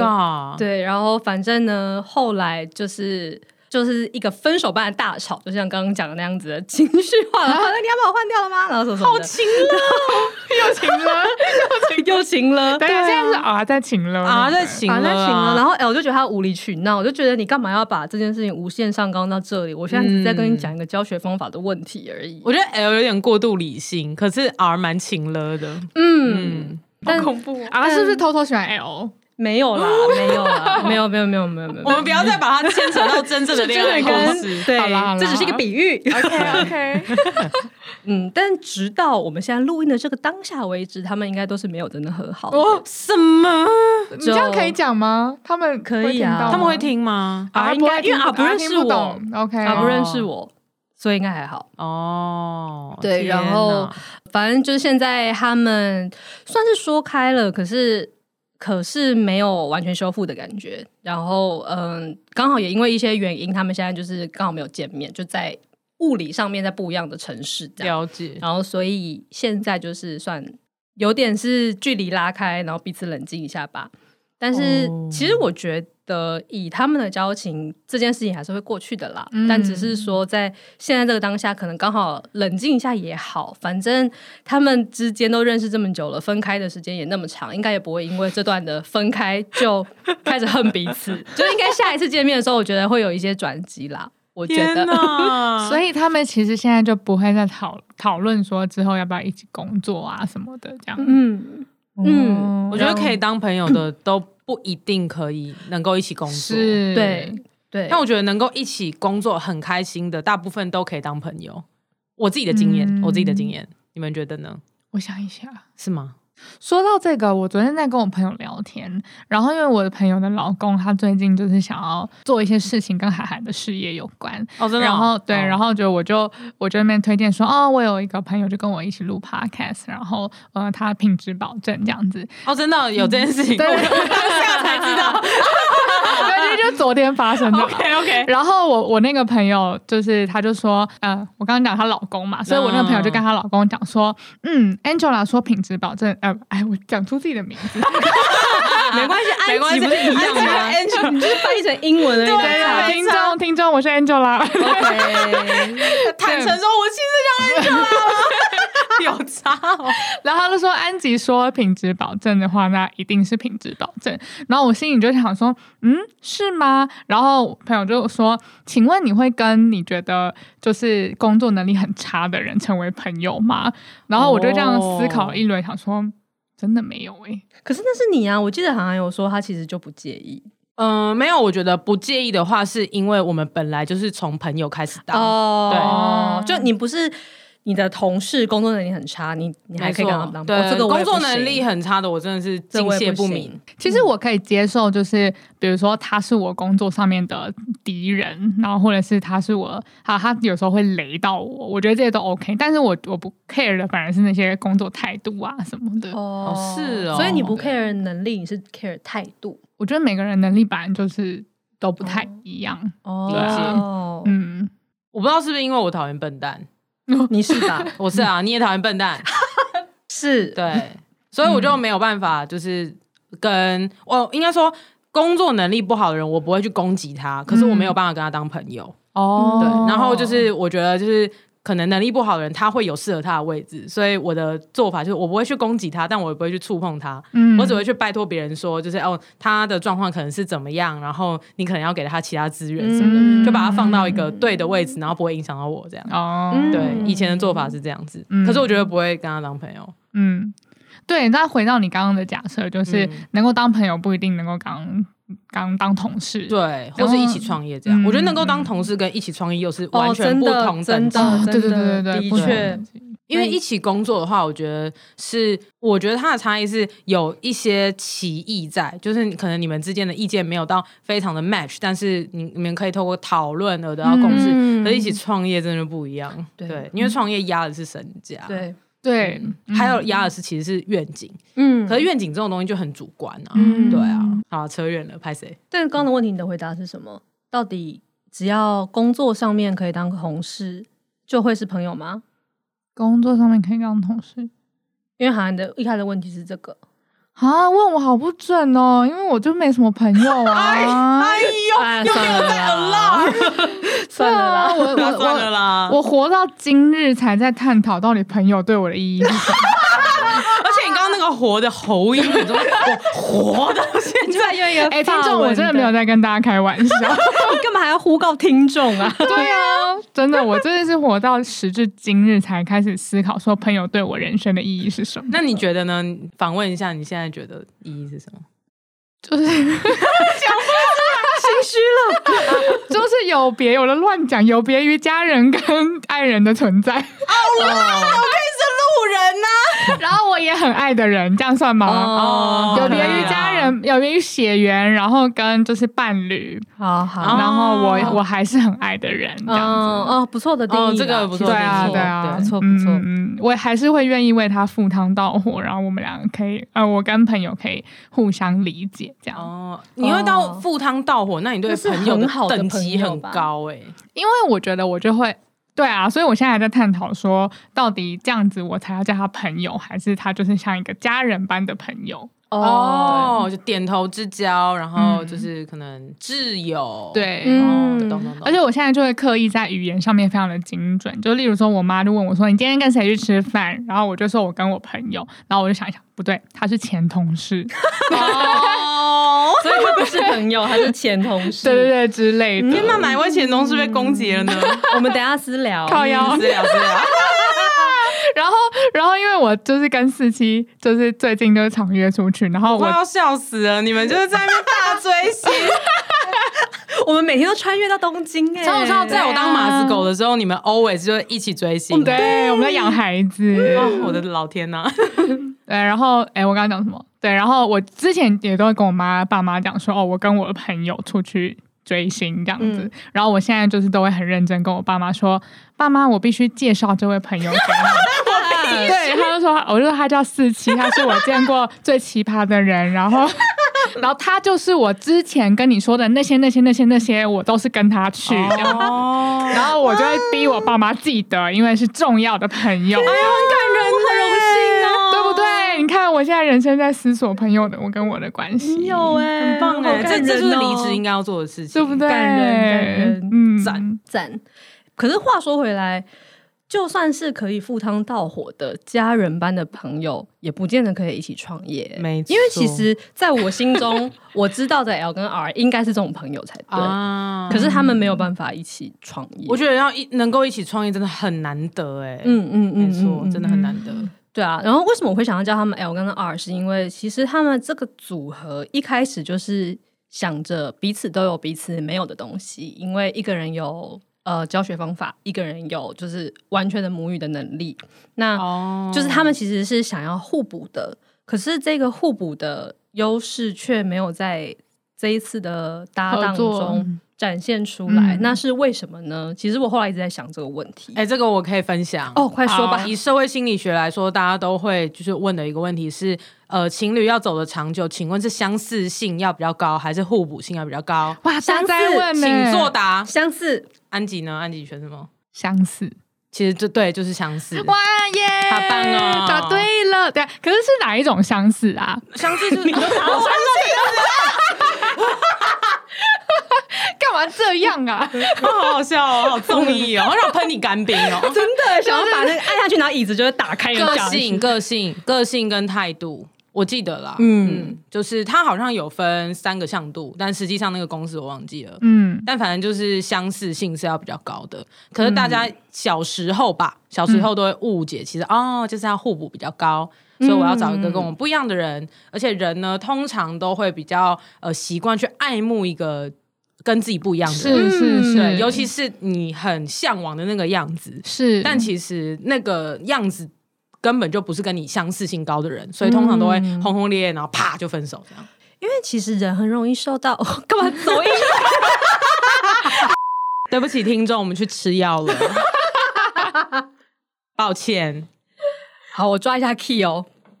B: god！，
D: 对，然后反正呢，后来就是就是一个分手般的大吵，就像刚刚讲的那样子的情绪化，然后那你要把我换掉了吗？然后什么什么的，
C: 又情了，
D: 又情了。
C: 等一下，现在是 R 在情了
B: 啊，在请
D: 啊，
B: 了
D: 那
B: 啊，
D: 行了。然后 L 就觉得他无理取闹，我就觉得你干嘛要把这件事情无限上纲到这里？我现在只是在跟你讲一个教学方法的问题而已。
B: 我觉得 L 有点过度理性，可是 R 蛮情了的。
D: 嗯，但
B: 怖、啊！
C: R 是不是偷偷喜欢 L？
D: 没有 啦，没有啦，没有，没有，没有，没有，没有
B: 我。们不要再把它牵扯到真正的恋爱
D: 真的
B: 故
D: 跟
B: 事。
D: 对
C: 好啦好啦，
D: 这只是一个比喻。
C: OK OK，
D: 嗯，但直到我们现在录音的这个当下为止，他们应该都是没有真的和好的。
B: 哦，什么？
C: 你这样可以讲吗？他们
D: 可以
C: 会听到
D: 啊
C: 吗
B: 他们会听吗？
D: 啊
C: ，R
D: 应
C: 不
D: 该
C: 会听
D: 因为 R 不啊认识
C: 听不懂。OK，
D: 他不
B: 哦
D: 认识我，所以应该还好。
B: 哦，
D: 对，
B: 天
D: 然后
B: 哪
D: 反正就是现在他们算是说开了，可是可是没有完全修复的感觉。然后嗯，刚好也因为一些原因，他们现在就是刚好没有见面，就在物理上面在不一样的城市这样。
B: 了解，
D: 然后所以现在就是算有点是距离拉开，然后彼此冷静一下吧。但是
B: 哦
D: 其实我觉得以他们的交情，这件事情还是会过去的啦。
C: 嗯
D: 但只是说在呃现在这个当下，可能刚好冷静一下也好。反正他们之间都认识这么久了，分开的时间也那么长，应该也不会因为这段的分开就开始恨彼 此。就应该下一次见面的时候，我觉得会有一些转机啦。我觉
B: 天
D: 得，
B: 哪！
C: 所以他们其实现在就不会再讨讨论说之后要不要一起工作啊什么的这样。
D: 嗯，嗯
C: 哦
B: 我觉得可以当朋友的都不一定可以能够一起工作，。
C: 是，
D: 对对。
B: 但我觉得能够一起工作很开心的，大部分都可以当朋友。我自己的经验，
C: 嗯
B: 我自己的经验，你们觉得呢？
C: 我想一下，
B: 是吗？
C: 说到这个，我昨天在跟我朋友聊天，然后因为我的朋友的老公他最近就是想要做一些事情跟韩寒的事业有关，
B: 哦，真的哦。
C: 然后对，
B: 哦
C: 然后就我就我就那边推荐说，哦，我有一个朋友就跟我一起录 podcast，然后呃，他品质保证这样子，
B: 哦，真的哦有这件事情，
C: 对
B: 我我当下才知道。
C: 对，这就昨天发生的啦。
B: OK OK，
C: 然后我我那个朋友就是，他就说，呃，我刚刚讲她老公嘛，所以我那个
B: 嗯
C: 朋友就跟她老公讲说，嗯，Angela 说品质保证，呃，哎，我讲出自己的名字，
D: 啊没关系，
B: 没关系
D: 安吉不是一样吗？
B: 安吉
D: 你就是翻译成英文而已。
C: 对啊，
B: 没
C: 听
B: 错
C: 众听众，我是 Angela，
D: 哦 OK，
B: 坦诚说，我其实就安全 了，有差哦。
C: 然后他就说安吉说品质保证的话，那一定是品质保证。然后我心里就想说，嗯，是吗？然后朋友就说，请问你会跟你觉得就是工作能力很差的人成为朋友吗？然后我就这样思考一轮，想说真的没有欸诶、
D: 可是那是你啊！我记得好像有说他其实就不介意
B: 嗯、没有，我觉得不介意的话，是因为我们本来就是从朋友开始当。
D: 哦，
C: 对
D: 就你不是你的同事工作能力很差，你你还可以跟他们当朋友
B: 对
D: 哦这个我
B: 工
D: 也不
B: 作能
D: 行
B: 力很差的，我真的是
D: 这
B: 敬
D: 我也
B: 谢
D: 不
B: 明。
D: 行。
C: 其实我可以接受，就是比如说他是我工作上面的敌人，然后或者是他是我，好，他有时候会雷到我，我觉得这些都 OK。但是我我不 care 的反而是那些工作态度啊什么的。
D: 哦
B: 是哦
D: 所以你不 care 能力，你是 care 态度
C: 我觉得每个人能力本来就是都不太一样。
D: 哦。嗯
C: 嗯，
B: 我不知道是不是因为我讨厌笨蛋，
D: 你是吧？
B: 我是 啊，你也讨厌笨蛋，
D: 是，
B: 对，所以我
C: 嗯
B: 就没有办法，就是跟我应该说工作能力不好的人，我不会去攻击他，可是我没有办法跟他当朋友。
C: 哦
B: 对，然后就是我觉得就是。可能能力不好的人，他会有适合他的位置，所以我的做法就是我不会去攻击他，但我也不会去触碰他，
C: 嗯
B: 我只会去拜托别人说，就是哦，他的状况可能是怎么样，然后你可能要给他其他资源什么的，
C: 嗯
B: 就把他放到一个对的位置，然后不会影响到我这样。
C: 哦，
D: 嗯
B: 对，以前的做法是这样子，
C: 嗯
B: 可是我觉得不会跟他当朋友。
C: 嗯，对。那回到你刚刚的假设，就是
B: 嗯
C: 能够当朋友不一定能够刚刚当同事。
B: 对，或是一起创业这样，
C: 嗯
B: 我觉得能够当同事跟一起创业又是完
D: 哦，
B: 全
D: 真
B: 不
D: 的
B: 同，等
D: 真
B: 级。
D: 的，
C: 哦对对
D: 真的
C: 对对对，不
D: 的
C: 同
D: 确
C: 等，级
B: 因为一起工作的话，我觉得是，我觉得它的差异是有一些歧义在，就是可能你们之间的意见没有到非常的 match，但是你你们可以透过讨论而得到共识。可是一起创业真的不一样，
D: 嗯对
B: 对，因为创业压的是身价，，
D: 对，
C: 对，嗯
B: 还有压的是其实是愿景，
D: 嗯
B: 可是愿景这种东西就很主观啊，
D: 嗯
B: 对啊，好扯远了，拍谁？
D: 但刚刚的问题，你的回答是什么？到底只要工作上面可以当同事，就会是朋友吗？
C: 工作上面可以当同事
D: 因为好像你的一开始的问题是这个，
C: 啊？问我好不准哦，因为我就没什么朋友 啊。
D: 哎，算了啦， 算了啦，
C: 对啊，我
B: 算
C: 我
B: 了啦，
C: 我我活到今日才在探讨到底朋友对我的意义是什 么。
B: 而且你刚刚那个活的喉音，你说我活的现在。
D: 突然用一个
C: 哎，听
D: 法
C: 众，
D: 文
C: 我真的没有，在跟大家开玩 笑。
D: 你干嘛还要呼告听众啊？
C: 对啊，真的，我真的是活到时至今日才开始思考，说朋友对我人生的意义是什么。
B: 那你觉得呢？访问一下，你现在觉得意义是什么？
C: 就是 讲不出来，心虚了， 就是有别，我的乱讲，有别于家人跟爱人的存在。
B: 路人呐、
C: 然后我也很爱的人，这样算吗？
B: 哦
C: 有别于家人，有别于血缘，然后跟就是伴侣，
D: 好好，
C: 然后我我还是很爱的人，这样子。
D: 嗯哦，不错的定义啦，
B: 哦这个不错
D: 其
C: 对
D: 实
C: 啊，
B: 不错
C: 对啊，
D: 不嗯错不错
C: 嗯，嗯我还是会愿意为他赴汤蹈火，然后我们两个可以，呃，我跟朋友可以互相理解，这样。
B: 哦，你会到赴汤蹈火，那你对
D: 那是
B: 朋友的
D: 很好的
B: 等
D: 朋
B: 级
D: 友
B: 很
D: 吧
B: 高哎、
C: 因为我觉得我就会。对啊，所以我现在还在探讨说，到底这样子我才要叫他朋友，还是他就是像一个家人般的朋友？
D: 哦，
B: 哦，就点头之交，然后
C: 嗯
B: 就是可能挚友，
C: 对
B: 哦，
D: 嗯
B: 懂懂懂。
C: 而且我现在就会刻意在语言上面非常的精准，就例如说，我妈就问我说：“你今天跟谁去吃饭？”然后我就说我跟我朋友，然后我就想一想，不对，他是前同事，
B: 哦，
D: 所以他不是朋友，他是前同 事。
C: 对对对之类的。
B: 天哪，哪一位前同事被攻击了 呢？
D: 我们等一下私聊。
C: 靠腰
B: 私聊私聊，
C: 然后，然后因为我就是跟四七，就是最近就是常约出去，然 后
B: 我快
C: 我
B: 要笑死了！你们就是在那边大追星，
D: 我们每天都穿越到东京哎、
B: 超好笑。 在我当马子狗的时候，你们 always 就会一起追星。
D: 嗯
C: 对我们在养孩子，
B: 哦，我的老天呐！
C: 对，然后哎、诶我刚刚讲什么？对，然后我之前也都会跟我妈、爸妈讲说，哦，我跟我的朋友出去追星这样子。
D: 嗯
C: 然后我现在就是都会很认真跟我爸妈说，爸妈，我必须介绍这位朋友给你。对，他就说，我就说他叫四七，他是我见过最奇葩的人。然后，然后他就是我之前跟你说的那些、那些、那些、那些，我都是跟他去这样。
B: 哦，
C: 然后我就会逼我爸妈记得，因为是重要的朋友。
D: 很荣幸哦，
C: 对不对？你看我现在人生在思索朋友的我跟我的关系，
D: 有哎、
B: 很棒哎、
D: 好感
B: 这
D: 人
B: 这就是
D: 哦
B: 离职应该要做的事情，
C: 对不对？
D: 感人感人
C: 嗯，
B: 赞
D: 赞。可是话说回来，就算是可以赴汤蹈火的家人般的朋友，也不见得可以一起创业、
B: 没错
D: 因为其实在我心中，我知道的 L 跟 R 应该是这种朋友才对。
B: 啊？
D: 可是他们没有办法一起创业，
B: 我
D: 得，
B: 觉得要一能够一起创业真的很难得哎、
D: 嗯嗯
B: 没
D: 嗯，嗯
B: 错，
D: 嗯
B: 真的很难得。
D: 对啊，然后为什么我会想要叫他们 L 跟 R，是因为其实他们这个组合一开始就是想着彼此都有彼此没有的东西，因为一个人有呃教学方法，一个人有就是完全的母语的能力。那
B: 哦
D: 就是他们其实是想要互补的，可是这个互补的优势却没有在这一次的搭档
C: 合作
D: 中展现出来，
C: 嗯
D: 那是为什么呢？其实我后来一直在想这个问题。
B: 哎、这个我可以分享
D: 哦，快说吧
B: 好！以社会心理学来说，大家都会就是问的一个问题是：呃，情侣要走的长久，请问是相似性要比较高，还是互补性要比较高？
C: 哇，大
D: 相
C: 家在
D: 似
C: 问呢、
B: 请作答。
D: 相似，
B: 安吉呢？安吉选什么？
C: 相似。
B: 其实就对，就是相似。
C: 哇耶！
B: 好棒哦
C: 答对了。对，啊可是是哪一种相似啊？
B: 相似 就是你都答完了，
C: 干嘛这样啊？
B: 好好笑哦，好综艺哦，我想喷你干冰哦。
D: 真的想要把那个按下去，拿椅子就会打开
B: 个性、个性、个性跟态度，我记得啦。嗯就是它好像有分三个向度，但实际上那个公式我忘记了。
C: 嗯，
B: 但反正就是相似性是要比较高的，可是大家
C: 嗯
B: 小时候吧，小时候都会误解，其实哦就是要互补比较高，所以我要找一个跟我
C: 嗯
B: 不一样的人，而且人呢通常都会比较呃习惯去爱慕一个跟自己不一样的人，
C: 是是
B: 对
C: 是，
B: 尤其是你很向往的那个样子，
C: 是，
B: 但其实那个样子根本就不是跟你相似性高的人，
C: 嗯
B: 所以通常都会轰轰烈烈，然后啪就分手这样。
D: 因为其实人很容易受到 干嘛走音？
B: 对不起，听众，我们去吃药了，抱歉。
D: 好，我抓一下 key 哦，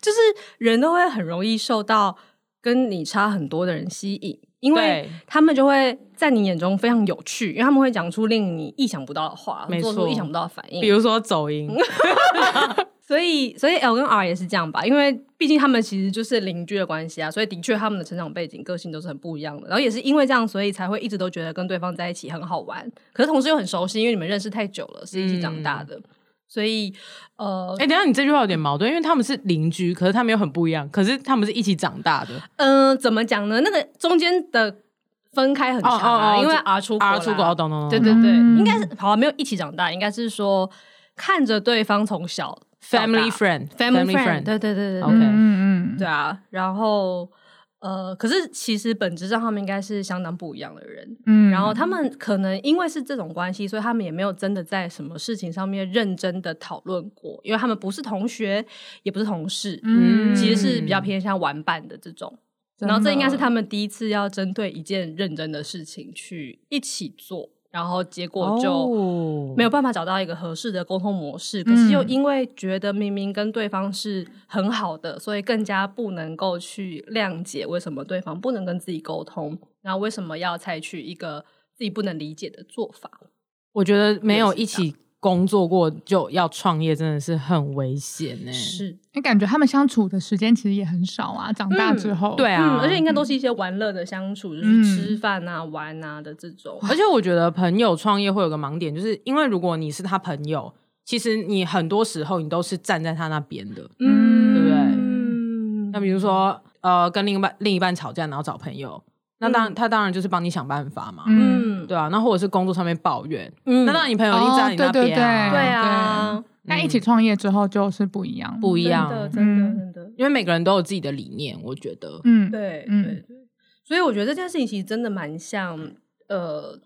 D: 就是人都会很容易受到跟你差很多的人吸引，因为
B: 对
D: 他们就会在你眼中非常有趣，因为他们会讲出令你意想不到的话，
B: 没
D: 做
B: 错
D: 出意想不到的反应，
B: 比如说走音，
D: 嗯所以，所以 L 跟 R 也是这样吧，因为毕竟他们其实就是邻居的关系啊，所以的确他们的成长背景、个性都是很不一样的。然后也是因为这样，所以才会一直都觉得跟对方在一起很好玩，可是同时又很熟悉，因为你们认识太久了，是一起长大
B: 嗯
D: 的。所以，呃
B: 哎、，等一下你这句话有点矛盾，因为他们是邻居，可是他们又很不一样，可是他们是一起长大的。
D: 嗯、怎么讲呢？那个中间的分开很长、啊，
B: 哦哦哦
D: 因为 R 出国啦
B: R 出国，哦懂懂懂
D: 对
B: 懂，
D: 对对，
C: 嗯
D: 应该是好、啊、没有一起长大，应该是说看着对方从小到大
B: Family friend,
D: family friend，对对对对对
B: OK
C: 嗯嗯
D: 对啊，然后呃，可是其实本质上他们应该是相当不一样的人。
C: 嗯
D: 然后他们可能因为是这种关系，所以他们也没有真的在什么事情上面认真的讨论过，因为他们不是同学，也不是同事，
C: 嗯
D: 其实是比较偏向玩伴的这种。然后这应该是他们第一次要针对一件认真的事情去一起做，然后结果就。
B: 哦
D: 没有办法找到一个合适的沟通模式，可是又
C: 嗯
D: 因为觉得明明跟对方是很好的，所以更加不能够去谅解为什么对方不能跟自己沟通，然后为什么要采取一个自己不能理解的做法。
B: 我觉得没有一
D: 啊
B: 起工作过就要创业，真的是很危险呢、
D: 是，
C: 你感觉他们相处的时间其实也很少啊，长大之后，
B: 对啊、
D: 嗯，而且应该都是一些玩乐的相处，就
C: 嗯
D: 是吃饭啊、玩啊的这种。
B: 而且我觉得朋友创业会有个盲点，就是因为如果你是他朋友，其实你很多时候你都是站在他那边的。
C: 嗯
B: 对不对
D: 嗯
B: 那比如说，呃，跟另一半另一半吵架，然后找朋友，那当然、
D: 嗯
B: 他当然就是帮你想办法嘛，
C: 嗯，
B: 对啊。那或者是工作上面抱怨，
D: 嗯
B: 那当然你朋友一定站在你那边啊，
C: 哦
D: 对啊，
C: 但一起创业之后就是不一样，
B: 不一样
D: 真的，真的，
C: 嗯
D: 真的，
B: 因为每个人都有自己的理念，我觉得。
C: 嗯，
D: 对，
C: 嗯
D: 对对。所以我觉得这件事情其实真的蛮像，呃，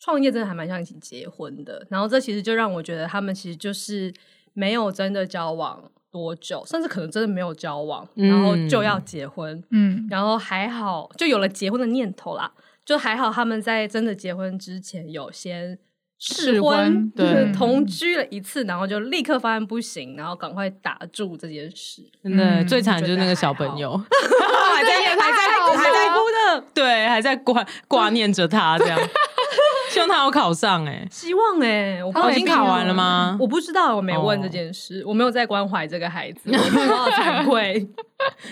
D: 创业真的还蛮像一起结婚的。然后这其实就让我觉得他们其实就是没有真的交往多久，甚至可能真的没有交往，然后就要结婚，
C: 嗯，
D: 然后还好就有了结婚的念头啦。就还好他们在真的结婚之前有先。试
C: 试婚
D: 就
B: 对
D: 是同居了一次，然后就立刻发现不行，然后赶快打住这件事。
B: 真的、
C: 嗯
B: 最惨的就是那个小朋友，还在还
C: 好
B: 在
C: 了
B: 还在哭的，对，还在挂挂念着他这样， 希望他有考上哎、
D: 希望哎、我不
B: 他
D: 知道
B: 已经考完了吗
D: 我不知道，我没问这件事，我没有在关怀这个孩子，我感到惭愧。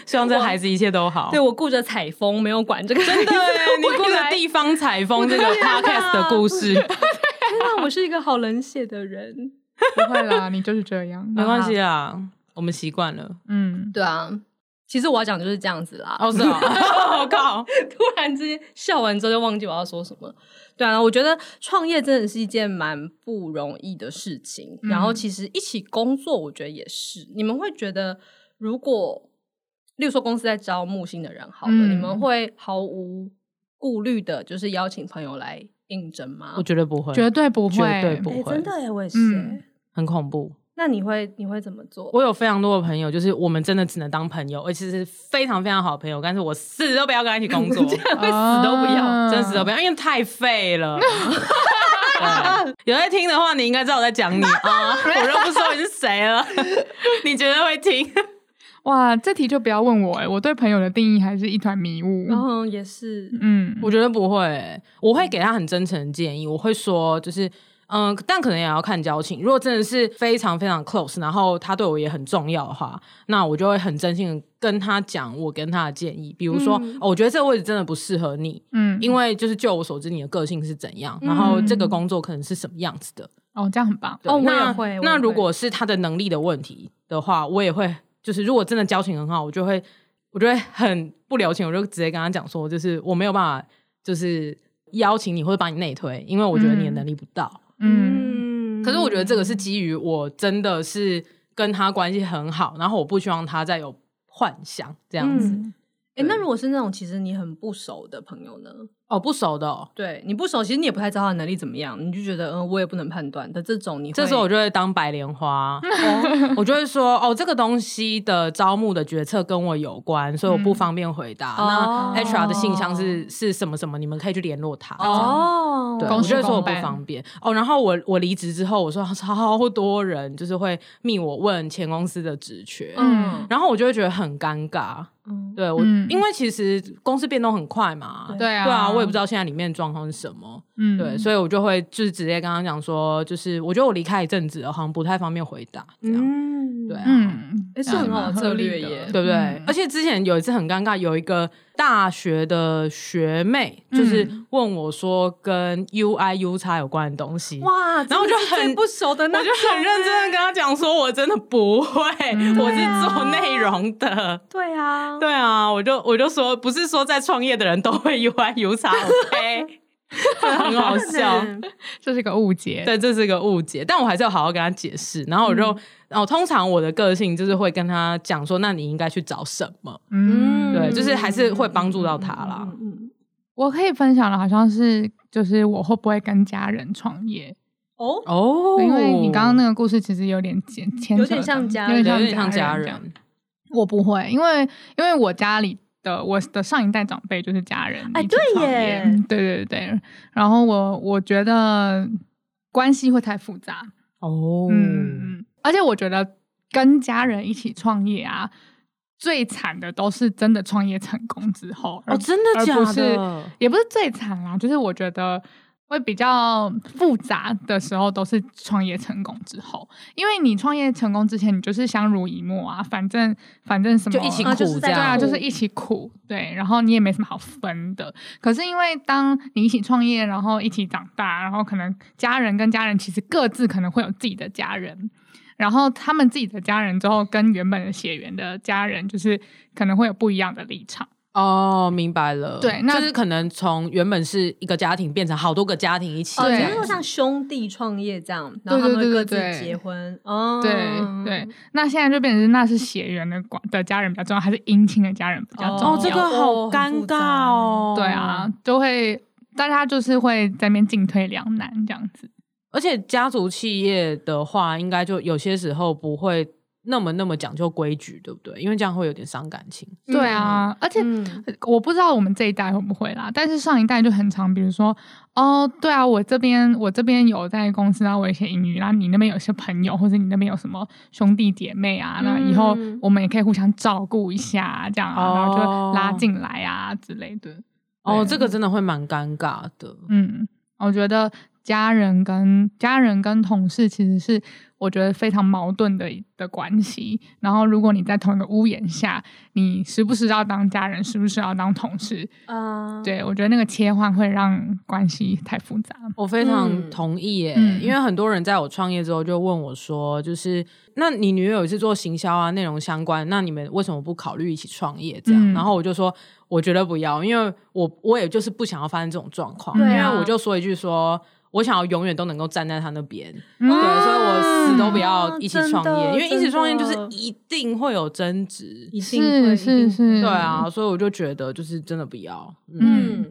B: 希望这孩子一切都好。
D: 对我顾着采风，没有管这个孩子。
B: 对，欸你顾着地方采风这个
D: 啊
B: podcast 的故事，
D: 天哪，我是一个好冷血的人。
C: 不会啦，你就是这样，
B: 没关系啦，我们习惯了。
C: 嗯，
D: 对啊，其实我要讲就是这样子啦。
B: 哦，是哦，我 靠，
D: 突然之间笑完之后就忘记我要说什么。对啊，我觉得创业真的是一件蛮不容易的事情。
C: 嗯
D: 然后其实一起工作，我觉得也是。你们会觉得，如果例如说公司在招募新的人，好了，
C: 嗯
D: 你们会毫无顾虑的，就是邀请朋友来应征吗？
B: 我绝对不会，
C: 绝对不会，
B: 绝对不
D: 哎
B: 会，
D: 真的哎，我也是
C: 嗯
D: 哎。
B: 很恐怖。
D: 那你会你会怎么做？
B: 我有非常多的朋友，就是我们真的只能当朋友，而且是非常非常好的朋友，但是我死都不要跟他一起工作，
D: 会死都不要
C: 啊
B: 真死都不要，因为太废了。对有在听的话，你应该知道我在讲你啊，我就不说你是谁了， 你绝对会听。
C: 哇，这题就不要问我哎、我对朋友的定义还是一团迷雾。
D: 然后也是，
C: 嗯，
B: 哦我觉得不会欸、我会给他很真诚的建议，我会说就是。嗯，但可能也要看交情。如果真的是非常非常 close，然后他对我也很重要的话，那我就会很真心的跟他讲我跟他的建议。比如说，哦，我觉得这个位置真的不适合你，
C: 嗯，
B: 因为就是就我所知，你的个性是怎样，然后这个工作可能是什么样子的。
C: 哦，这样很棒。
B: 对
D: 哦我也
B: 那
D: 会我
B: 那
D: 也
B: 如
D: 会
B: 果是他的能力的问题的话，我也会，就是如果真的交情很好，我就会，我就会很不留情，我就直接跟他讲说，就是我没有办法，就是邀请你或者把你内推，因为我觉得你的能力不到。
C: 嗯
D: 嗯
B: 可是我觉得这个是基于我真的是跟他关系很好，然后我不希望他再有幻想这样子。
D: 嗯哎、那如果是那种其实你很不熟的朋友呢？
B: 哦，不熟的、哦，
D: 对你不熟，其实你也不太知道他的能力怎么样，你就觉得嗯，我也不能判断的这种你会，
B: 这时候我就会当白莲花， 我就会说哦，这个东西的招募的决策跟我有关，所以我不方便回答。
D: 嗯哦
B: 那 HR 的信箱是是什么什么，你们可以去联络他。哦，
D: 哦，
B: 对，
C: 哦公
B: 我
C: 事
B: 就会说我
C: 公
B: 不
C: 办
B: 方便哦。然后我我离职之后，我说超多人就是会密我问前公司的职缺，
D: 嗯
B: 然后我就会觉得很尴尬。
D: 嗯，
B: 对我，
C: 嗯
B: 因为其实公司变动很快嘛，
C: 对啊，
B: 对啊，我也不知道现在里面的状况是什么。
C: 嗯，
B: 对，所以我就会就是直接跟他讲说，就是我觉得我离开一阵子了，好像不太方便回答这样，
D: 嗯
B: 对啊，
C: 嗯，
D: 诶是
C: 这样
D: 很好
C: 蛮
D: 的
C: 合
D: 策
C: 理
D: 略
C: 的
D: 耶
B: 对不对？
C: 嗯
B: 而且之前有一次很尴尬，有一个大学的学妹
D: 嗯
B: 就是问我说跟 UI U 叉有关的东西，
D: 哇，
B: 然后我就
D: 真的是最
B: 很
D: 不熟的那
B: 我
D: 种，
B: 就很认真的跟他讲说，我真的不会，我
D: 对啊
B: 是做内容的。
D: 对啊，
B: 对啊，我就我就说，不是说在创业的人都会 UI U 叉 OK，真的很好笑。
D: 嗯
C: 这是个误解。
B: 对，这是个误解，但我还是要好好跟他解释。然后我就，
D: 嗯
B: 然后通常我的个性就是会跟他讲说，那你应该去找什么？
C: 嗯，
B: 对，就是还是会帮助到他啦。
D: 嗯，
C: 我可以分享的，好像是就是我会不会跟家人创业？
D: 哦，
B: 哦
C: 因为你刚刚那个故事其实有点牵牵扯到，
D: 有点像家
C: 有
D: 人
B: 有
C: 点
B: 点像家
C: 这样
B: 人，
C: 我不会，因为因为我家里的我的上一代长辈就是家人
D: 哎
C: 一起创业，
D: 对耶
C: 嗯对对对。然后我我觉得关系会太复杂，
B: 哦
C: 嗯嗯嗯，而且我觉得跟家人一起创业啊，最惨的都是真的创业成功之后，而
B: 哦，真的假
C: 而不
B: 的
C: 是？也不是最惨啦，就是我觉得会比较复杂的时候都是创业成功之后，因为你创业成功之前，你就是相濡以沫啊，反正反正什么
B: 就一起
D: 啊就是
B: 苦这
D: 在
C: 对啊，
B: 样，
C: 就是一起苦，对，然后你也没什么好分的。可是因为当你一起创业，然后一起长大，然后可能家人跟家人其实各自可能会有自己的家人，然后他们自己的家人之后跟原本的血缘的家人，就是可能会有不一样的立场。
B: 哦，明白了。
C: 对那
B: 就是可能从原本是一个家庭变成好多个家庭一起这
D: 哦，
C: 对
D: 只
B: 样
D: 是
B: 子，
D: 说像兄弟创业这样，然后他
C: 对对
D: 们会
C: 对
D: 各自
C: 对对
D: 结婚，
B: 嗯
D: 哦，
C: 对对，那现在就变成是那是血缘的管的家人比较重要，还是姻亲的家人比较重要？
B: 哦，这个好
D: 哦很
B: 尴
D: 复杂
B: 尬哦。
C: 对啊，，就会大家就是会在那边进退两难这样子。
B: 而且家族企业的话，应该就有些时候不会那么那么讲究规矩，对不对？因为这样会有点伤感情。
C: 对啊，而且
D: 嗯
C: 我不知道我们这一代会不会啦，但是上一代就很常，比如说，哦，对啊，我这边我这边有在公司，然后我有一些英语，然后你那边有一些朋友，或者你那边有什么兄弟姐妹啊，那以后
D: 嗯
C: 我们也可以互相照顾一下啊，这样啊，然
B: 哦
C: 后就拉进来啊之类的。
B: 哦，
C: 对
B: 这个真的会蛮尴尬的。
C: 嗯，我觉得家人跟家人跟同事其实是我觉得非常矛盾的的关系。然后，如果你在同一个屋檐下，你时不时要当家人，时不时要当同事，
D: 啊，
C: 对我觉得那个切换会让关系太复杂。
B: 我非常
D: 嗯
B: 同意耶，
C: 嗯
B: 因为很多人在我创业之后就问我说，就是那你女友也是做行销啊、内容相关，那你们为什么不考虑一起创业这样？
C: 嗯
B: 然后我就说，我觉得不要，因为我我也就是不想要发生这种状况，
D: 对
B: 因
D: 啊
B: 为我就说一句说。我想要永远都能够站在他那边，对，
C: 嗯
B: 所以我死都不
D: 啊
B: 要一起创
D: 真
B: 业，
D: 的
B: 因为一起创业就是
D: 真的
B: 一定会有争执，啊
D: 一定
C: 是
D: 会
C: 是，
D: 一定会
C: 是，
B: 对啊，所以我就觉得就是真的不要，嗯
C: 嗯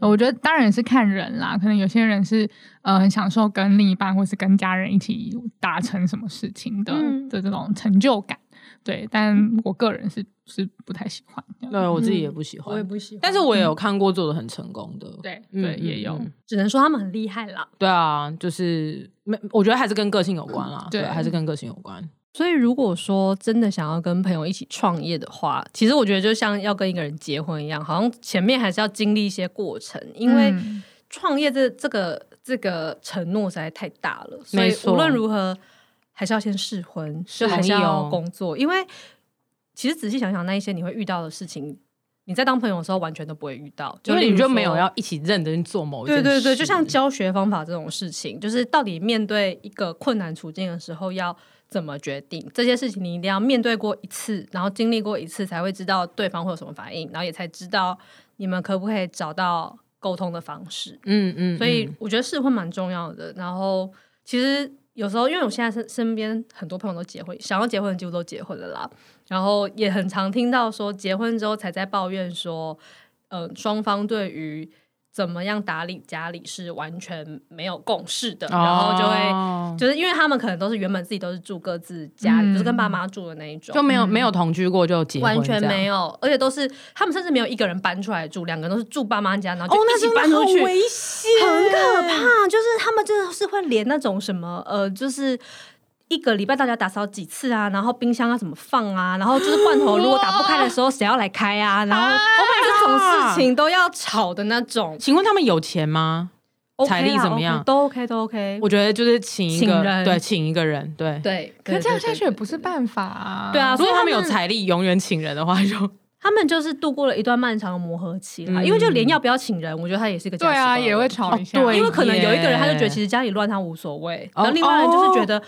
D: 嗯，
C: 我觉得当然也是看人啦，可能有些人是呃很享受跟另一半或是跟家人一起达成什么事情的、
D: 嗯
C: 的这种成就感。对，但我个人是是不太喜欢这样。
B: 对我自己也不喜欢，
D: 嗯不喜欢嗯
B: 但是我也有看过做的很成功的，
C: 对
B: 嗯
C: 对，也有。
B: 嗯嗯
D: 只能说他们很厉害啦。
B: 对啊，就是没，我觉得还是跟个性有关啦，
C: 对
B: 对，还是跟个性有关。
D: 所以，如果说真的想要跟朋友一起创业的话，其实我觉得就像要跟一个人结婚一样，好像前面还是要经历一些过程，因为
C: 嗯
D: 创业这这个这个承诺实在太大了，所
B: 没
D: 以
B: 错
D: 无论如何还是要先试婚，
B: 是
D: 就还是
B: 同意
D: 要
B: 哦
D: 工作，因为其实仔细想想，那一些你会遇到的事情，你在当朋友的时候完全都不会遇到，
B: 因为
D: 例
B: 你
D: 如
B: 就没有
D: 说
B: 要一起认真做某一件
D: 对
B: 事，
D: 对对，就像教学方法这种事情，就是到底面对一个困难处境的时候要怎么决定这些事情，你一定要面对过一次，然后经历过一次，才会知道对方会有什么反应，然后也才知道你们可不可以找到沟通的方式。
B: 嗯嗯，
D: 所以
B: 嗯
D: 我觉得试婚蛮重要的。然后其实有时候，因为我现在身身边很多朋友都结婚，想要结婚的几乎都结婚了啦。然后也很常听到说，结婚之后才在抱怨说，呃，双方对于怎么样打理家里是完全没有共识的，然后就会。
B: 哦
D: 就是因为他们可能都是原本自己都是住各自家里，
C: 嗯
D: 就是跟爸妈住的那一种，
B: 就没有没有同居过就结婚，
D: 完全没
B: 有。
D: 有，而且都是他们甚至没有一个人搬出来住，两个人都是住爸妈家，然后
B: 哦
D: 就，一
B: 那
D: 起
B: 真
D: 搬
B: 的
D: 出
B: 好
D: 去，
B: 危险，
D: 很可怕，就是他们真的是会连那种什么呃，就是。一个礼拜大家打扫几次啊？然后冰箱要怎么放啊？然后就是罐头如果打不开的时候，谁要来开啊？然后这种事情都要吵的那种。
B: 请问他们有钱吗？
D: OK 啊
B: 财力怎么样
D: OK，都 OK，都 OK。
B: 我觉得就是请一个
D: 请人
B: 对，请一个人对。
D: 对，
C: 可是这样下去也不
D: 是。
C: 是办法啊。
D: 对啊，
B: 如
D: 所以
B: 果他
D: 他
B: 们有财力，永远请人的话，就
D: 他们就是度过了一段漫长的磨合期啦。
B: 嗯
D: 因为就连要不要请人，我觉得他也是一个价
C: 对
D: 值
C: 啊，
D: 观
C: 也
D: 问
C: 会
D: 题
C: 吵一下。
B: 哦对
D: 因为可能有一个人他就觉得
B: 耶
D: 其实家里乱他无所谓，
B: 哦哎
D: 然后另外人就是觉得。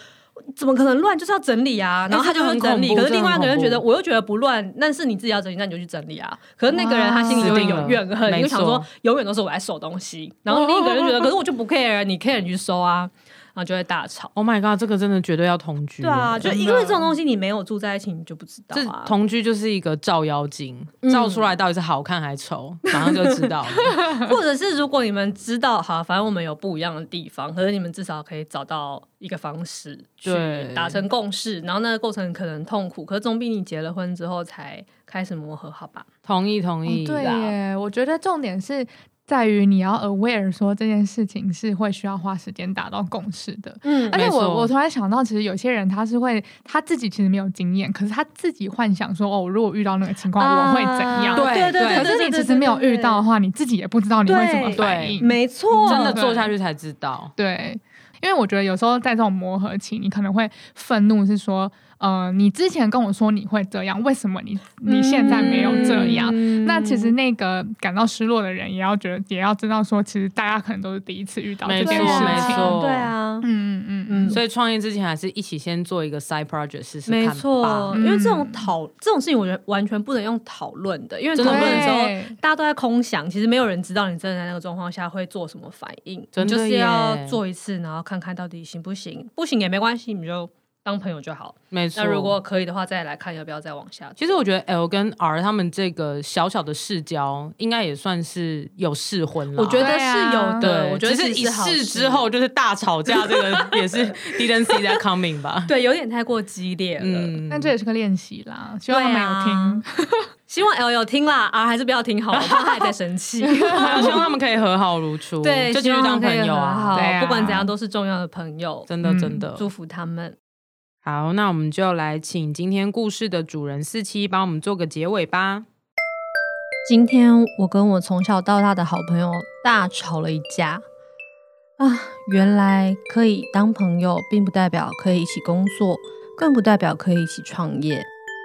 D: 怎么可能乱？就是要整理啊，然后他就会整理。
B: 这个很恐怖
D: 可是另外一个人觉
B: 这个
D: 得，
B: 很
D: 我又觉得不乱，那是你自己要整理，那你就去整理啊。可是那个人
C: 哇
D: 他心里就会有怨
B: 死定
D: 恨，
B: 了
D: 你就想说
B: 没错
D: 永远都是我来收东西。然后另一个人就觉 得，可是我就不 care，你 care 你去收啊，然后就会大吵。
B: Oh my god，这个真的绝对要同居。
D: 对啊，就
C: 真的
D: 因为这种东西你没有住在一起，你就不知道
B: 这
D: 啊。
B: 同居就是一个照妖镜，
D: 嗯
B: 照出来到底是好看还 丑，马上就知道了。
D: 或者是如果你们知道，好，反正我们有不一样的地方，可是你们至少可以找到一个方式去
B: 对
D: 达成共识，然后那个过程可能痛苦，可是总比你结了婚之后才开始磨合好吧？
B: 同意同意，
C: 哦、对
D: 啦
C: 耶，我觉得重点是在于你要 aware 说这件事情是会需要花时间达到共识的。
D: 嗯
C: 而 且
B: 没错
C: 我我突然想到，其实有些人他是会他自己其实没有经验，可是他自己幻想说哦，如果遇到那个情况、我会怎样？
B: 对
D: 啊对对，
B: 对
C: 可是你其实没有遇到的，话，你自己也不知道你会怎么反应。
D: 没错，
B: 真的做下去才知道。
C: 对，因为我觉得有时候在这种磨合期，你可能会愤怒，是说，呃，你之前跟我说你会这样，为什么你你现在没有这样？
B: 嗯
D: 嗯
C: 那其实那个感到失落的人，也要觉得，也要知道说，其实大家可能都是第一次遇到这
B: 没
D: 对
C: 件
B: 错
C: 事
B: 没
C: 情。
B: 错
D: 对啊。
C: 嗯嗯嗯
D: 嗯
B: 所以创业之前还是一起先做一个 side project 试试
D: 没
B: 看吧
D: 错，。因为这种讨这种事情，我觉得完全不能用讨论的，因为讨
B: 真的
D: 论
C: 对，
D: 的时候，大家都在空想，其实没有人知道你真的在那个状况下会做什么反应，
B: 真
D: 你
B: 的
D: 就是要
B: 耶
D: 做一次，然后看看到底行不行，不行也没关系，你就当朋友就好。
B: 没错。
D: 那如果可以的话，再来看要不要再往下走。
B: 其实我觉得 L 跟 R 他们这个小小的世交，应该也算是有试婚了。
D: 我觉得
C: 对
D: 是
C: 啊
D: 有的，
B: 对，
D: 我觉得
B: 只是
D: 其
B: 一
D: 实好
B: 试
D: 事
B: 之后，就是大吵架，这个 也是 didn't see that coming 吧。
D: 对有点太过激烈了。啊
B: 嗯，
C: 那这也是个练习啦，希望他们有听。
D: 希望 L 有听啦，R 还是不要听好了，我怕他还在生气。
B: 希望他们可以和好如初，
D: 对，
B: 就继续
D: 希望
B: 当
D: 可
B: 朋
D: 以
B: 友
D: 和
B: 啊
D: 好，
C: 对啊
D: 不管怎样都是重要的朋友，
B: 真的
C: 嗯
B: 真的。
D: 祝福他们。
B: 好，那我们就来请今天故事的主人四七帮我们做个结尾吧。
D: 今天我跟我从小到大的好朋友大吵了一架啊！原来可以当朋友，并不代表可以一起工作，更不代表可以一起创业。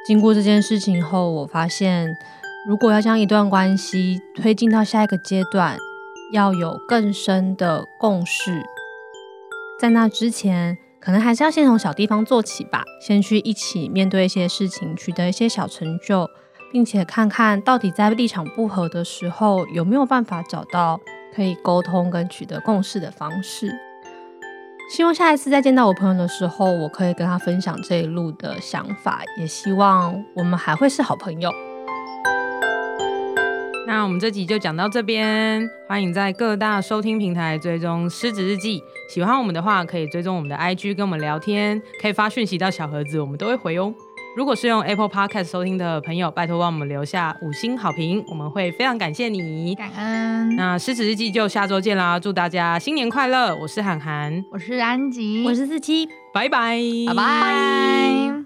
D: 经过这件事情后，我发现，如果要将一段关系推进到下一个阶段，要有更深的共识。在那之前，可能还是要先从小地方做起吧，先去一起面对一些事情，取得一些小成就，并且看看到底在立场不合的时候有没有办法找到可以沟通跟取得共识的方式。希望下一次再见到我朋友的时候，我可以跟他分享这一路的想法，也希望我们还会是好朋友。
B: 那我们这集就讲到这边，欢迎在各大收听平台追踪《狮子日记》。喜欢我们的话，可以追踪我们的 IG 跟我们聊天，可以发讯息到小盒子，我们都会回哦。如果是用 Apple Podcast 收听的朋友，拜托帮我们留下五星好评，我们会非常感谢你。
E: 感恩。
B: 那《狮子日记》就下周见啦，祝大家新年快乐！我是涵涵，
E: 我是安吉，
A: 我是四七。
B: 拜拜，
E: 拜拜。